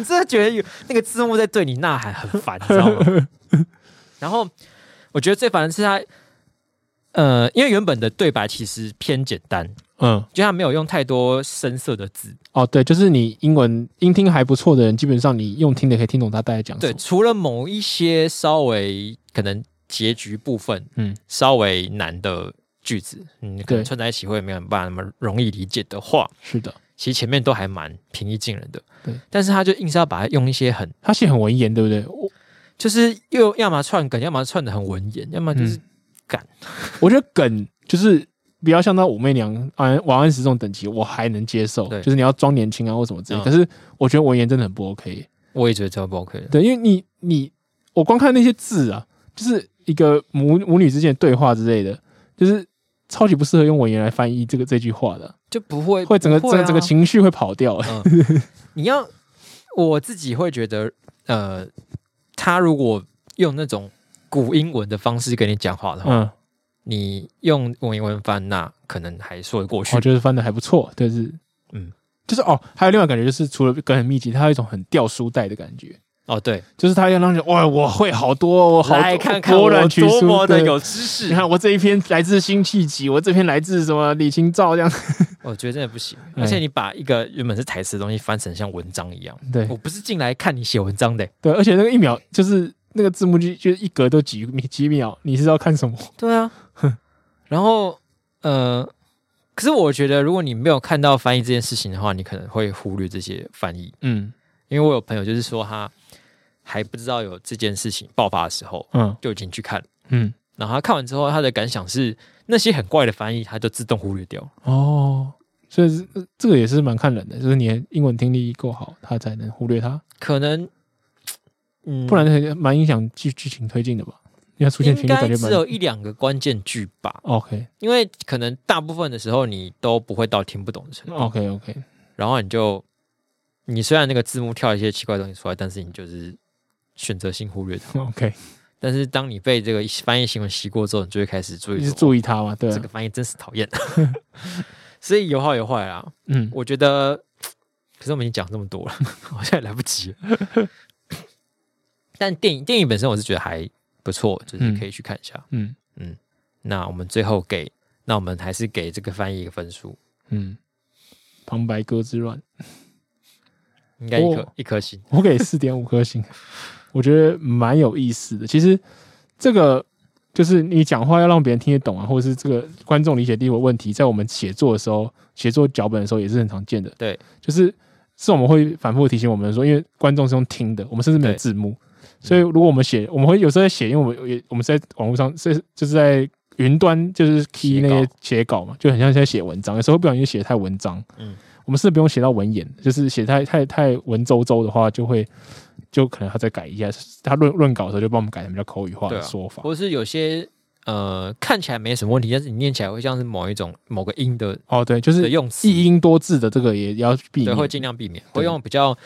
S1: 真的觉得有那个字幕在对你呐喊，很烦，你知道 吗？然后我觉得最烦的是他，呃，因为原本的对白其实偏简单，
S2: 嗯，
S1: 就他没有用太多深色的字。
S2: 哦，对，就是你英文音听还不错的人，基本上你用听的可以听懂他大概讲什
S1: 对，
S2: 么。
S1: 除了某一些稍微可能结局部分，
S2: 嗯
S1: 嗯，稍微难的句子，嗯，可
S2: 对
S1: 能串在一起会没有办法那么容易理解的话，
S2: 是的，
S1: 其实前面都还蛮平易近人的。
S2: 对，
S1: 但是他就硬是要把它用一些很
S2: 他写很文言，对不对？我
S1: 就是又要么串梗，要么串的很文言，要么
S2: 嗯
S1: 就是、
S2: 我觉得梗就是不要像那武媚娘、安王安石这种等级，我还能接受，
S1: 对
S2: 就是你要装年轻啊或什么之类。
S1: 嗯
S2: 可是我觉得文言真的很不 OK，
S1: 我也觉得这样不 OK 的。
S2: 对，因为你你我光看那些字啊，就是一个母母女之间的对话之类的，就是超级不适合用文言来翻译这个这句话的，
S1: 就不会
S2: 会整个
S1: 不会
S2: 整
S1: 啊
S2: 个整个情绪会 跑掉。
S1: 你要我自己会觉得，呃，他如果用那种古英文的方式跟你讲话的话，
S2: 嗯，
S1: 你用文言文翻那可能还说得过去
S2: 我。觉得翻的还不错，但是
S1: 嗯，
S2: 就是哦，还有另外一个感觉就是除了梗很密集，它有一种很掉书袋的感觉。
S1: 哦，对，
S2: 就是他要让你觉得哇，我会好多哦，我好多
S1: 来看看
S2: 博
S1: 我
S2: 览群
S1: 多
S2: 书
S1: 么的
S2: 对
S1: 有知识哦
S2: 你。看我这一篇来自辛弃疾，我这篇来自什么李清照这样。
S1: 我觉得真的不行，
S2: 哎
S1: 而且你把一个原本是台词的东西翻成像文章一样，
S2: 对
S1: 我不是进来看你写文章的欸。
S2: 对，而且那个一秒就是那个字幕就就是一格都几米几秒，你是要看什么？
S1: 对啊，然后呃，可是我觉得如果你没有看到翻译这件事情的话，你可能会忽略这些翻译。
S2: 嗯
S1: 因为我有朋友就是说他还不知道有这件事情爆发的时候，
S2: 嗯
S1: 就已经去看了。
S2: 嗯，
S1: 然后他看完之后，他的感想是那些很怪的翻译，他就自动忽略掉了。
S2: 哦，所以这这个也是蛮看人的，就是你的英文听力够好，他才能忽略它，
S1: 可能，嗯，
S2: 不然很蛮影响剧剧情推进的吧？因为它出现
S1: 应
S2: 频率
S1: 该
S2: 感觉
S1: 只有
S2: 蛮。
S1: 一两个关键句吧，
S2: OK
S1: 因为可能大部分的时候你都不会到听不懂的程度，
S2: OK OK，
S1: 然后你就你虽然那个字幕跳一些奇怪的东西出来，但是你就是选择性忽略它。
S2: OK，
S1: 但是当你被这个翻译行为洗过之后，你就会开始注
S2: 一
S1: 意
S2: 直
S1: 说哦
S2: 注意它嘛，对啊
S1: 这个翻译真是讨 厌。所以有好有坏啊，
S2: 嗯，
S1: 我觉得，可是我们已经讲这么多了， 好像也来不及了。 但电影电影本身我是觉得还不错，就是可以去看一下。
S2: 嗯
S1: 那我们最后给，那我们还是给这个翻译一个分数，
S2: 嗯，旁白歌之乱，
S1: 应该一颗、
S2: 哦
S1: 一颗星。
S2: 我给四点五颗星。我觉得蛮有意思的。其实这个就是你讲话要让别人听得懂啊，或者是这个观众理解力的问题，在我们写作的时候、写作脚本的时候也是很常见的。
S1: 对，
S2: 就是是我们会反复地提醒我们说，因为观众是用听的，我们甚至没有
S1: 对嗯
S2: 字幕，所以如果我们写，我们会有时候在写，因为我们也我们是在网络上，是就是在云端就是
S1: 写
S2: key 那
S1: 稿
S2: 些写稿嘛，就很像在写文章，有时候不小心写太文章，
S1: 嗯，
S2: 我们是不用写到文言，就是写太太太文绉绉的话，就会就可能他再改一下，他论论稿的时候就帮我们改成比较口语化
S1: 对
S2: 的
S1: 啊
S2: 说法。
S1: 或是有些呃看起来没什么问题，但是你念起来会像是某一种某个音的
S2: 哦，对，就
S1: 的
S2: 是
S1: 用词，
S2: 一音多字的这个也要避
S1: 对，
S2: 免。
S1: 会尽量避免，
S2: 对
S1: 会用比较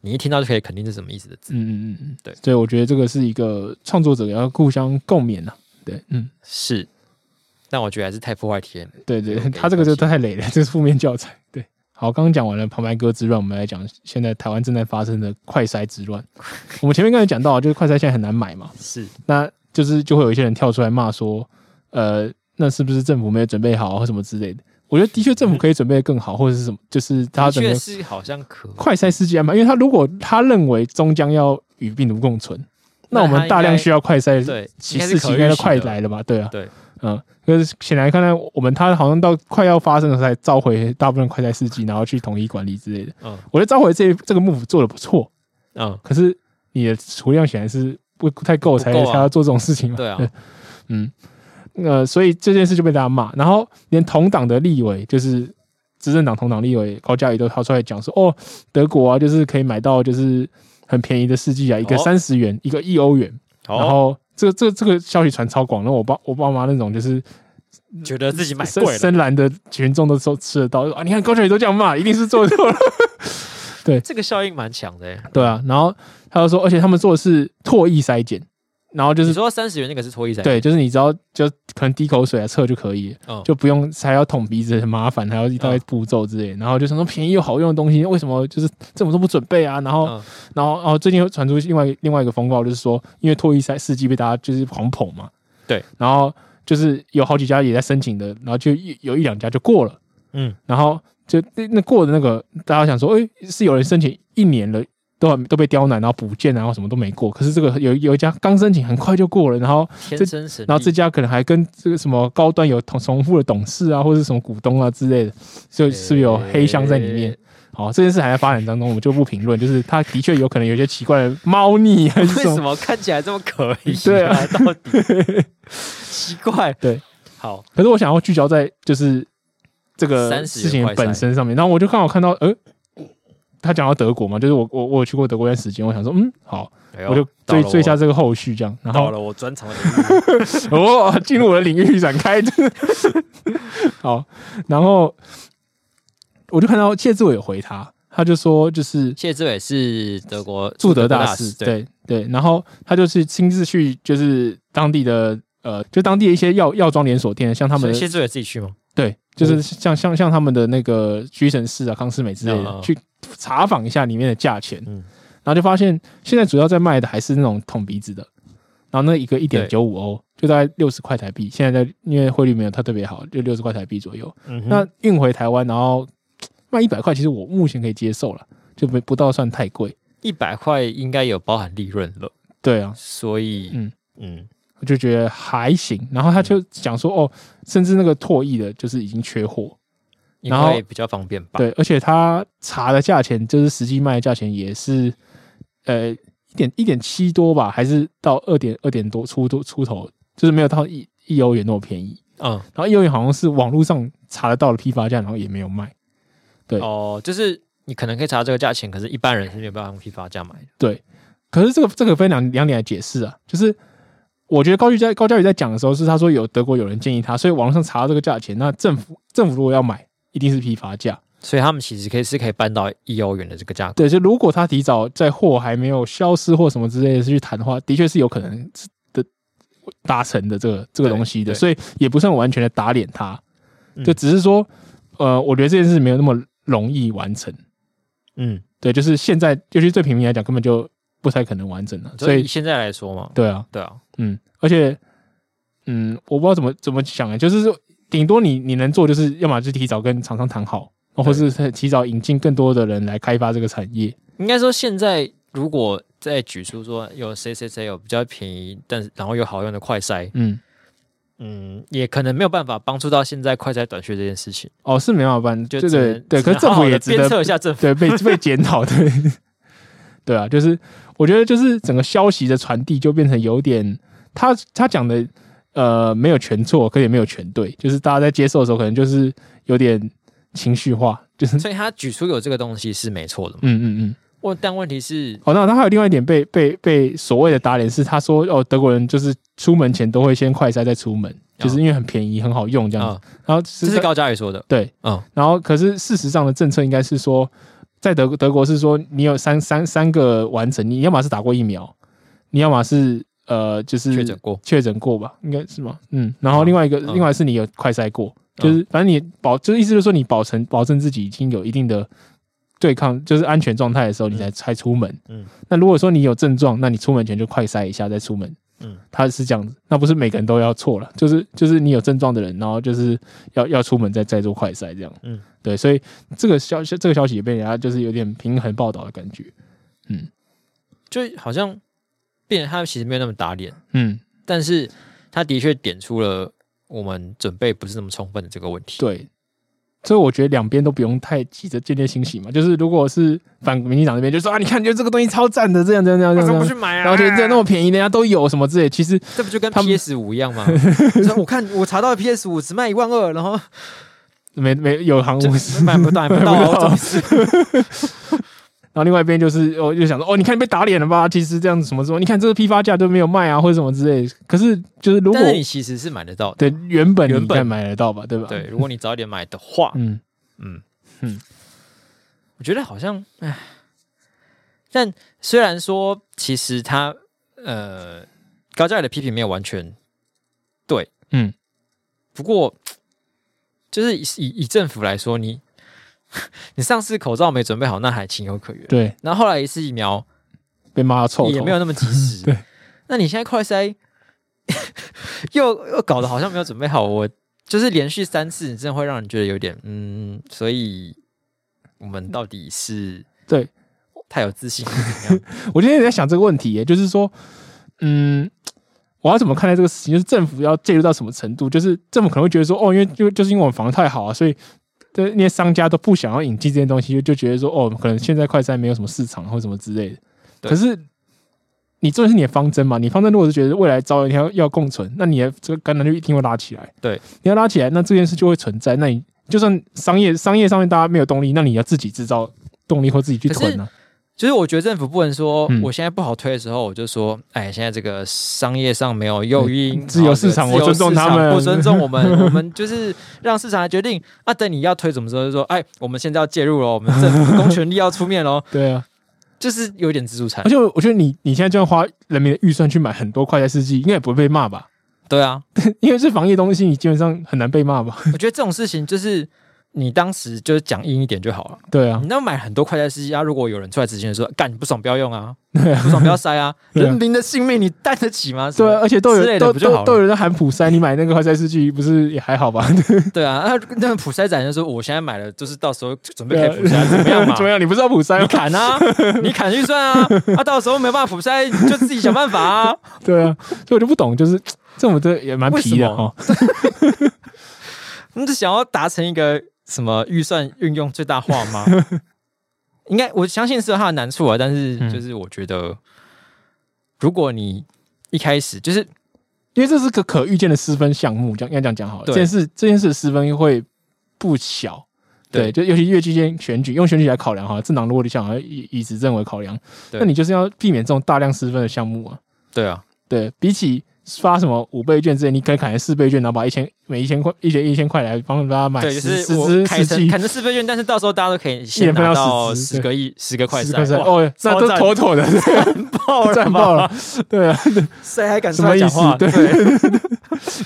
S1: 你一听到就可以肯定是什么意思的字。
S2: 嗯嗯嗯嗯，
S1: 对
S2: 所以我觉得这个是一个创作者要互相共勉呐、对，嗯，
S1: 是，但我觉得还是太破坏体验了。
S2: 对对，
S1: OK，
S2: 他这个就
S1: 抱歉
S2: 太累了， 这是负面教材。对，好，刚刚讲完了旁白歌之乱，我们来讲现在台湾正在发生的快筛之 乱。我们前面刚才讲到，就是快筛现在很难买嘛，
S1: 是，
S2: 那就是就会有一些人跳出来骂说，呃，那是不是政府没有准备好啊或什么之类的？我觉得的确政府可以准备的更好，或者 是什么，就是他
S1: 的
S2: 整个
S1: 确是好像可，
S2: 快筛试剂安排，因为他如果他认为终将要与病毒共存，
S1: 那
S2: 那我
S1: 他
S2: 们大量
S1: 应该
S2: 需要快筛
S1: 对，
S2: 其
S1: 该
S2: 事
S1: 是
S2: 情
S1: 可
S2: 应该
S1: 预
S2: 都
S1: 期
S2: 快
S1: 的
S2: 来了吧？对啊，
S1: 对，
S2: 嗯，可是显然看来我们他好像到快要发生的时候才召回大部分快筛试剂，然后去统一管理之类的。
S1: 嗯
S2: 我觉得召回这这个幕府做的不错，
S1: 嗯，
S2: 可是你的储量显然是不不太够，才、
S1: 不够啊
S2: 才要做这种事情嘛。
S1: 对啊，
S2: 嗯，呃，所以这件事就被大家骂，然后连同党的立委，就是执政党同党立委高嘉瑜都掏出来讲说，哦，德国啊，就是可以买到就是很便宜的试剂啊，一个
S1: 哦
S2: 三十元，一个一欧元，然
S1: 哦，
S2: 后这这这个消息传超广，然后我爸我爸妈那种就是
S1: 觉得自己买
S2: 深
S1: 贵了，
S2: 深蓝的群众都都吃得到啊！你看高晓宇都这样骂，一定是 做错了。
S1: 这个效应蛮强的欸。
S2: 对啊，然后他就说，而且他们做的是唾液筛检，然后就
S1: 你
S2: 是
S1: 说三十元那个是脱衣仔，
S2: 对，就是你只要就可能滴口水啊测就可以了，
S1: 嗯，
S2: 就不用还要捅鼻子，很麻烦，还要一大
S1: 哦
S2: 堆步骤之类的。然后就想说便宜又好用的东西，为什么就是政府都不准备啊？然后
S1: 嗯
S2: 然后，然后最近又传出另外一个另外一个风暴，就是说，因为脱衣赛四季被大家就是狂捧嘛，
S1: 对，
S2: 然后就是有好几家也在申请的，然后就一有一两家就过了，
S1: 嗯，
S2: 然后就那那过的那个，大家想说，诶，是有人申请一年了，都很都被刁难，然后补件，然后什么都没过，可是这个有有一家刚申请很快就过了，然后
S1: 天生神力，
S2: 然后这家可能还跟这个什么高端有同重复的董事啊，或者是什么股东啊之类的，就是不是有黑箱在里面。
S1: 欸
S2: 好，这件事还在发展当中，我们就不评论。就是他的确有可能有一些奇怪的猫腻啊 还是
S1: 为
S2: 什
S1: 什
S2: 么，
S1: 么看起来这么可疑？
S2: 对啊，
S1: 到 底奇怪。
S2: 对，
S1: 好，
S2: 可是我想要聚焦在就是这个
S1: 30
S2: 事情
S1: 元快
S2: 本
S1: 闪
S2: 身上面。然后我就刚好看到，呃，他讲到德国嘛，就是我我我有去过德国一段时间，我想说，嗯，好，
S1: 哎呦
S2: 我就
S1: 到
S2: 追
S1: 了
S2: 追一下这个后续，这样，然
S1: 到
S2: 后
S1: 了我专长的领域
S2: 哦，进入我的领域展开， 好，然后我就看到谢志伟有回他，他就说就是
S1: 谢志伟是德 国
S2: 驻
S1: 德
S2: 德大使，
S1: 对，
S2: 对对，然后他就是亲自去，就是当地的呃，就当地的一些药药妆连锁店，像他们
S1: 所以
S2: 的
S1: 谢志伟自己去吗？
S2: 对，就是像像像他们的那个屈臣氏啊、康斯美之类
S1: 嗯
S2: 的，
S1: 嗯
S2: 去查访一下里面的价钱，
S1: 嗯
S2: 然后就发现现在主要在卖的还是那种捅鼻子的，然后那一个一点九五欧，就大概六十块台币，现在在因为汇率没有它特别好，就六十块台币左右，
S1: 嗯哼，
S2: 那运回台湾然后卖一百块，其实我目前可以接受了，就不不到算太贵，
S1: 一百块应该有包含利润了，
S2: 对啊。
S1: 所以
S2: 嗯
S1: 嗯嗯，
S2: 我就觉得还行。然后他就讲说，哦，甚至那个唾液的，就是已经缺货，
S1: 因
S2: 然后
S1: 为比较方便吧？
S2: 对，而且他查的价钱，就是实际卖的价钱也是，呃，一点一点七多吧，还是到二点二点多出多出头，就是没有到一一欧元那么便宜。
S1: 嗯，
S2: 然后一欧元好像是网络上查得到的批发价，然后也没有卖。对
S1: 哦，就是你可能可以查这个价钱，可是一般人是没有办法用批发价买的。
S2: 可是这个这个分两两点来解释啊，就是我觉得高玉在高嘉宇在讲的时候是他说有德国有人建议他，所以网络上查到这个价钱，那政府政府如果要买，一定是批发价。
S1: 所以他们其实可以是可以搬到一欧元的这个价格，
S2: 对，就如果他提早在货还没有消失或什么之类的去谈的话，的确是有可能的达成的这个这个东西的，
S1: 对
S2: 所以也不算完全的打脸他，
S1: 嗯
S2: 就只是说，呃，我觉得这件事没有那么容易完成。
S1: 嗯，
S2: 对，就是现在，尤其对平民来讲，根本就不太可能完整了。所
S1: 所以
S2: 以，
S1: 现在来说嘛，
S2: 对啊，
S1: 对啊，
S2: 嗯，而且，嗯，我不知道怎么怎么想啊，就是说顶多你你能做，就是要么就提早跟厂商谈好，哦或是提早引进更多的人来开发这个产业。
S1: 应该说现在如果再举出说有谁谁谁有比较便宜，但是然后有好用的快筛，
S2: 嗯，
S1: 嗯，也可能没有办法帮助到现在快筛短缺这件事情，
S2: 哦，是没办法办，
S1: 就
S2: 对
S1: 只
S2: 对
S1: 能
S2: 对，
S1: 只
S2: 可是
S1: 能
S2: 政
S1: 好好
S2: 府也
S1: 地
S2: 值
S1: 鞭
S2: 得
S1: 策一下政府，
S2: 对被 被检讨，对对啊，就是我觉得就是整个消息的传递就变成有点，他他讲的呃没有全错，可也没有全对，就是大家在接受的时候可能就是有点情绪化，就是
S1: 所以他举出有这个东西是没错的嘛。
S2: 嗯嗯嗯。
S1: 问，但问题是，
S2: 哦，那他还有另外一点被被被所谓的打脸是，他说哦德国人就是出门前都会先快筛再出门，就是因为很便宜很好用这样子
S1: 啊、，
S2: 然后
S1: 哦这是高嘉宇说的，
S2: 对，
S1: 嗯，
S2: 然后可是事实上的政策应该是说，在德德国是说你有三三三个完成，你要么是打过疫苗，你要么是呃就是
S1: 确诊过，
S2: 确诊过吧，应该是吗？嗯，然后
S1: 嗯
S2: 另外一个、
S1: 嗯
S2: 另外是你有快筛过，就是反正你保就是意思就是说你保存保证自己已经有一定的对抗就是安全状态的时候，你才才出门。
S1: 嗯，
S2: 那如果说你有症状，那你出门前就快筛一下再出门。
S1: 嗯，
S2: 他是这样子，那不是每个人都要错了，就是就是你有症状的人，然后就是要要出门再再做快筛这样。
S1: 嗯，
S2: 对，所以这个消这个消息也被人家就是有点平衡报道的感觉。
S1: 就好像变得他其实没有那么打脸，
S2: 嗯，
S1: 但是他的确点出了我们准备不是那么充分的这个问题。
S2: 对，所以我觉得两边都不用太急着见猎欣喜嘛。就是如果是反民进党那边，就说啊，你看，就这个东西超赞的，这样这样这样
S1: 为
S2: 这
S1: 什
S2: 样
S1: 么不去
S2: 这样，
S1: 买啊？
S2: 然后觉得这那么便宜，人家都有什么之类。其实
S1: 这不就跟
S2: 他们
S1: PS 五一样 吗？就是我看我查到 PS 五只卖一万二，然后
S2: 没没有行
S1: 就
S2: 无市。
S1: 买不到，买不 到
S2: 买
S1: 啊，
S2: 不
S1: 我
S2: 到
S1: 怎么是？
S2: 然后另外一边就是，我就想说，哦，你看你被打脸了吧？其实这样子什么什么，你看这个批发价都没有卖啊，或者什么之类。可是就是如果
S1: 但是你其实是买得到的。
S2: 对原本
S1: 原
S2: 你
S1: 本
S2: 再买得到吧，对吧？
S1: 对，，如果你早点买的话，
S2: 嗯
S1: 嗯
S2: 嗯
S1: 嗯，我觉得好像，唉，但虽然说其实他呃高嘉宇的批评没有完全对，
S2: 嗯，
S1: 不过就是以以以政府来说，你 你上次口罩没准备好，那还情有可原。
S2: 对，
S1: 然后后来一次疫苗
S2: 被骂到臭头，
S1: 也没有那么及时。
S2: 对，
S1: 那你现在快筛 又又搞得好像没有准备好，我就是连续三次，你真的会让人觉得有点嗯，所以我们到底是
S2: 对
S1: 太有 自信还是怎样？
S2: 我今天也在想这个问题耶，就是说，嗯，我要怎么看待这个事情？就是政府要介入到什么程度？就是政府可能会觉得说，哦，因为就就是因为我们防的太好啊，所以对那些商家都不想要引进这些东西，就就觉得说，哦，可能现在快餐没有什么市场或什么之类的。
S1: 对
S2: 可是你做的是你的方针嘛？你方针如果是觉得未来早有一天要要共存，那你的这个感染率一定会拉起来。
S1: 对，
S2: 你要拉起来，那这件事就会存在。那你就算商业商业上面大家没有动力，那你要自己制造动力或自己去
S1: 可是
S2: 囤啊。
S1: 就是我觉得政府不能说、
S2: 嗯
S1: 我现在不好推的时候，我就说，哎，现在这个商业上没有诱因，
S2: 嗯自由市场
S1: 然后这个
S2: 我尊重
S1: 自由市场
S2: 他们
S1: 不尊重我 们，我们就是让市场来决定。啊，等你要推什么时候就说，哎，我们现在要介入了，我们政府公权力要出面喽，
S2: 对啊，
S1: 就是有点自助餐
S2: 而。且我觉得你你现在就算花人民的预算去买很多快餐试剂，应该也不会被骂吧？
S1: 对啊，
S2: 因为是防疫东西，你基本上很难被骂吧？
S1: 我觉得这种事情就是你当时就是讲硬一点就好了。
S2: 对啊
S1: 你，那买很多快餐司机啊，如果有人出来执行说，干你不爽不要用啊，不爽不要塞啊，
S2: 对啊
S1: 人民的性命你担得起吗？什么
S2: 对啊，而且都
S1: 之类
S2: 有
S1: 的
S2: 都
S1: 不就好
S2: 都
S1: 了
S2: 都有人在喊普筛，你买那个快餐试剂不是也还好吧？
S1: 对啊，那那个普筛仔就说，我现在买了，就是到时候准备
S2: 对
S1: 可以
S2: 啊
S1: 普筛，怎么样嘛？
S2: 怎么样？你不知道普筛
S1: 你
S2: 吗？
S1: 砍啊，你砍预算啊，啊，到时候没办法普筛，你就自己想办法啊。
S2: 对啊，所以我就不懂，就是这种这也蛮皮的
S1: 为什么
S2: 哈。
S1: 你是想要达成一个什么预算运用最大化 吗？应该我相信是有它的难处啊，但是
S2: 嗯
S1: 就是我觉得，如果你一开始就是
S2: 因为这是个可预见的失分项目，这样应该这样讲好了。这
S1: 对
S2: 件事这件事的失分会不小，对，
S1: 对
S2: 就尤其越接近选举，用选举来考量哈，政党如果你想要以以执政为考量，
S1: 对
S2: 那你就是要避免这种大量失分的项目啊。
S1: 对啊，
S2: 对比起发什么五倍券之类，你可以砍成四倍券，然后把一千每一千块一节一千块来帮大家买
S1: 对，
S2: 十
S1: 就
S2: 哎十
S1: 是
S2: 支
S1: 我
S2: 十
S1: 砍成
S2: 剂
S1: 砍成四倍券，但是到时候大家都可以
S2: 一
S1: 先
S2: 人分
S1: 拿
S2: 到
S1: 到
S2: 10
S1: 十个亿十个快
S2: 十块
S1: 塞，
S2: 三
S1: 哇，
S2: 哦，那都
S1: 超赞
S2: 妥妥的，
S1: 爆
S2: 赚
S1: 了
S2: 爆
S1: 吧？
S2: 了，对 啊，
S1: 谁还敢出
S2: 什么
S1: 来
S2: 意
S1: 讲
S2: 思
S1: 话？？
S2: 对
S1: 对，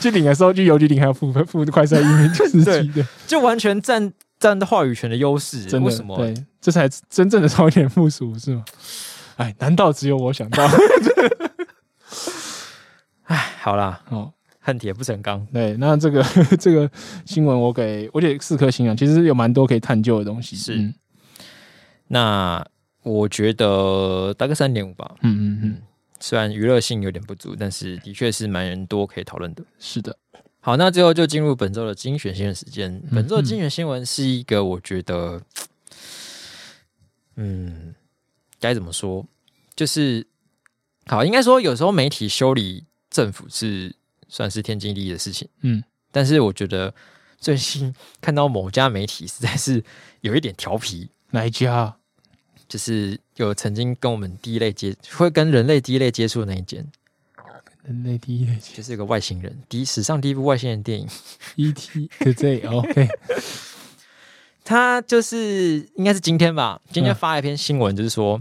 S2: 去领的时候去邮局领还要付付快餐一 十 支
S1: 对
S2: 对，
S1: 就完全占占话语权的优势，
S2: 真的
S1: 为什么？
S2: 对，这才真正的超前部署是吗？哎，难道只有我想 到？
S1: 哎，好啦，
S2: 哦，
S1: 恨铁不成钢，
S2: 对，那这个这个新闻我嗯给我给四颗星啊，其实有蛮多可以探究的东西。
S1: 是
S2: 嗯
S1: 那我觉得大概三点五吧，
S2: 嗯嗯嗯，
S1: 虽然娱乐性有点不足，但是的确是蛮多可以讨论的。
S2: 是的，
S1: 好，那最后就进入本周的精选新闻时间。本周的精选新闻是一个我觉得，嗯，该怎么说？就是好，应该说有时候媒体修理政府是算是天经地义的事情，
S2: 嗯，
S1: 但是我觉得最近看到某家媒体实在是有一点调皮，
S2: 哪一家？
S1: 就是有曾经跟我们第一类接会跟人类第一类接触的那一间，
S2: 人类第一类 型
S1: 就是一个外星人，第一史上第一部外星人电影。
S2: ，E.T. Today OK，
S1: 他就是应该是今天吧，今
S2: 嗯
S1: 天发了一篇新闻，就是说、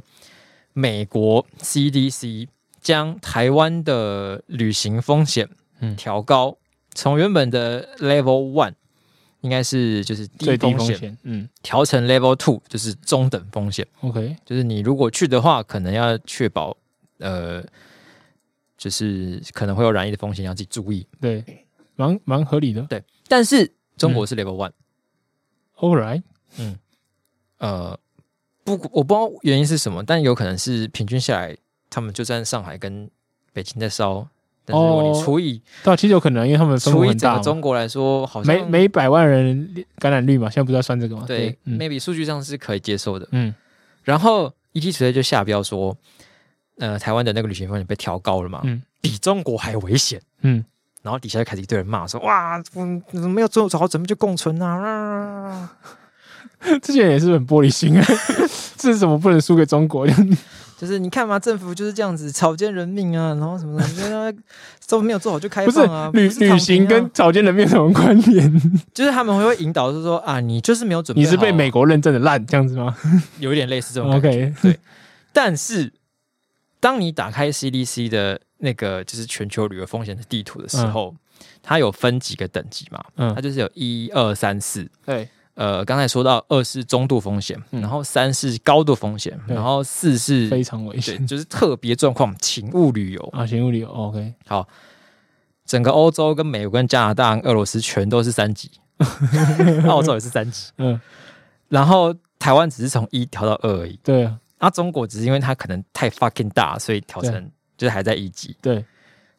S1: 美国 CDC 将台湾的旅行风险
S2: 嗯
S1: 调高，从原本的 Level One 应该是就是低
S2: 最低
S1: 风
S2: 风
S1: 险，
S2: 险，嗯
S1: 调成 Level Two 就是中等风险，
S2: ，OK，
S1: 就是你如果去的话，可能要确保呃。就是可能会有染疫的风险，要自己注意。
S2: 对，蛮蛮合理的
S1: 但是中
S2: 嗯
S1: 国是 Level One，、
S2: ，All right，
S1: 呃，不，我不知道原因是什么，但有可能是平均下来，他们就算上海跟北京在烧，但是如果
S2: 哦
S1: 你除以、
S2: 对啊，其实有可能，因为他们分
S1: 除
S2: 母
S1: 以
S2: 很
S1: 整
S2: 大
S1: 个
S2: 嘛，
S1: 中国来说，好像
S2: 每每百万人感染率嘛，现在不是要算这个吗？
S1: 对、
S2: 嗯
S1: maybe 数据上是可以接受的。
S2: 嗯
S1: 然后 E ET 除类就下标说，呃，台湾的那个旅行风险被调高了嘛，
S2: 嗯
S1: 比中国还危险。
S2: 嗯，
S1: 然后底下就开始一堆人骂说：“哇，嗯，没有做好准备就共存啊！”啊
S2: 之前也是很玻璃心 啊，这是什么不能输给中国？
S1: 就是你看嘛，政府就是这样子草菅人命啊，然后什 么什么，都没有做好就开
S2: 不是
S1: 放啊，
S2: 旅
S1: 不是躺平啊
S2: 旅行跟草菅人命有什么关联？
S1: 就是他们会引导，是说啊，你就是没有准备
S2: 你
S1: 好，
S2: 是被美国认证的烂这样子吗
S1: 有一点类似这种感觉。
S2: ？OK，
S1: 但是当你打开 CDC 的那个就是全球旅游风险的地图的时候，它有分几个等级嘛？
S2: 嗯
S1: 它，就是有一二三四。
S2: 对，
S1: 呃，刚才说到二是中度风险，
S2: 嗯
S1: 然后三是高度风险，
S2: 对
S1: 然后四是
S2: 非常危
S1: 对，
S2: 险
S1: 就是特别状况，请勿旅游。
S2: 啊，行物理由 OK，
S1: 整个欧洲跟美国、跟加拿大、俄罗斯全都是三 级，澳洲也是三级，
S2: 嗯，
S1: 然后台湾只是从一调到二而已。
S2: 对啊，
S1: 啊，中国只是因为它可能太 fucking 大，所以调
S2: 对
S1: 成就是还在一级。
S2: 对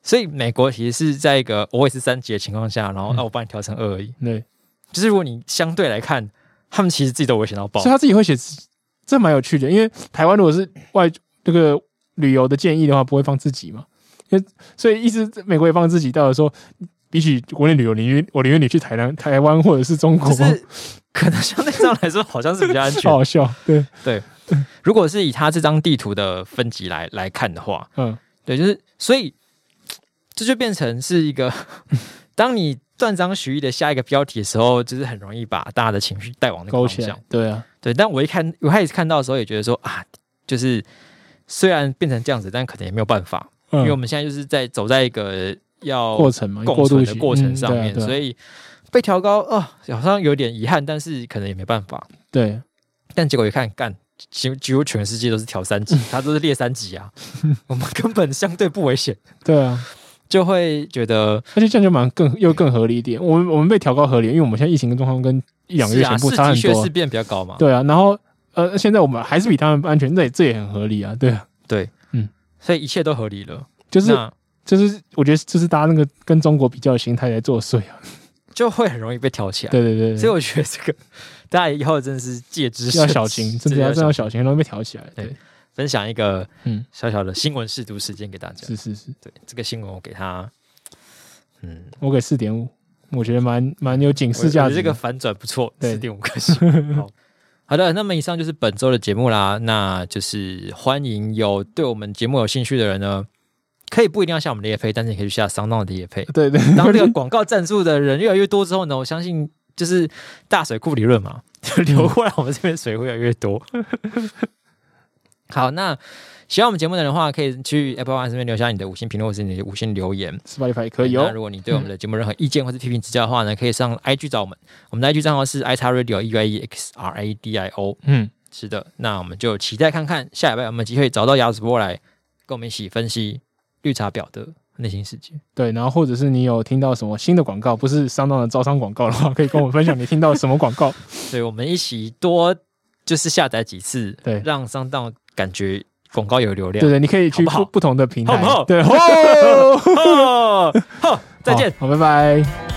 S1: 所以美国其实是在一个我也是三级的情况下，然后
S2: 嗯
S1: 啊我帮你调成二而已。
S2: 对，
S1: 就是如果你相对来看，他们其实自己都危险到爆
S2: 所以。他自己会写自，这蛮有趣的，因为台湾如果是外这个旅游的建议的话，不会放自己嘛，因为所以意思美国也放自己，到底说比起国内旅游，宁愿我宁愿你去台南、台湾或者是中国哦
S1: 可，是可能相对上来说，好像是比较安
S2: 好
S1: 全。
S2: 好笑，对，
S1: 如果是以它这张地图的分级来来看的话，
S2: 嗯，
S1: 对，就是所以这就变成是一 个，当你断章取义的下一个标题的时候，就是很容易把大家的情绪带往那个
S2: 勾
S1: 方
S2: 起
S1: 向
S2: 来。，对啊，
S1: 对，但我一看，我开始看到的时候也觉得说啊，就是虽然变成这样子，但可能也没有办法，因为我
S2: 嗯，
S1: 们现在就是在走在一个要
S2: 过程嘛，
S1: 哦共
S2: 过
S1: 存
S2: 渡期嗯啊
S1: 的过程上面，所
S2: 以
S1: 以被调高啊、好像有点遗憾，但是可能也没办法。
S2: 对，
S1: 但结果一看，干，几几乎全世界都是调 三级，它都是列三级啊，我们根本相对不危险，
S2: 对啊。
S1: 就会觉得
S2: 而且这样就蛮更又更合理一点。我们我们被调高合理，因为我们现在疫情跟状况跟一两个月
S1: 是啊
S2: 前不
S1: 是
S2: 差
S1: 的
S2: 很
S1: 确
S2: 多
S1: 是。变比较高嘛。
S2: 对啊，然后呃，现在我们还是比他们安全，这也这也很合理啊。对啊，
S1: 所以一切都合理了，
S2: 就是
S1: 嗯那
S2: 就是，我觉得就是大家那个跟中国比较的心态在作祟啊。
S1: 就会很容易被挑起来。
S2: 对对对，
S1: 所以
S2: 对
S1: 我觉得这个 大家以后真的是戒之
S2: 要
S1: 慎
S2: 小
S1: 之
S2: 心，真的
S1: 要
S2: 要真的要
S1: 小
S2: 小心，容易被挑起来。对
S1: 对，分享一个
S2: 嗯
S1: 小小的新闻试读时间给大家。
S2: 是是是，
S1: 对这个新闻，我给他，嗯，
S2: 我给四点五，我觉得蛮蛮有警
S1: 我
S2: 示价
S1: 我
S2: 值
S1: 这
S2: 的。
S1: 个反转不错，
S2: 对
S1: 四点五颗 星。好好的，那么以上就是本周的节目啦。那就是欢迎有对我们节目有兴趣的人呢，可以不一定要下我们的业配，但是你可以去下商浪的业配。
S2: 对对，
S1: 当这个广告赞助的人越来越多之后呢，我相信就是大水库理论嘛， 就流过来我们这边的水会越来越多。好，那喜欢我们节目的人的话，可以去 Apple One 这边留下你的五星评论或是你的五星留言。
S2: Spotify 可以
S1: 那
S2: 哦
S1: 如。果你对我们的节目任何意见或是批评指教的话呢，可以上 IG 找我们，我们的 IG 账号是 i x radio e y e x r a d i o。
S2: 嗯，
S1: 是的，那我们就期待看看下礼拜有没有机会找到雅主播来跟我们一起分析绿茶婊的内心世界。
S2: 对，然后或者是你有听到什么新的广 告，不是上当的招商广告的话，可以跟我们分享你听到什么广告。
S1: 所以我们一起多就是下载几次，
S2: 对
S1: 让上当感觉广告有流量。
S2: 对对，你可以去
S1: 啊好不好
S2: 不不同的平台，
S1: 好不好
S2: 对，哦，
S1: 哦，哼再见。
S2: 好，好，拜
S1: 拜
S2: 拜。
S1: 拜。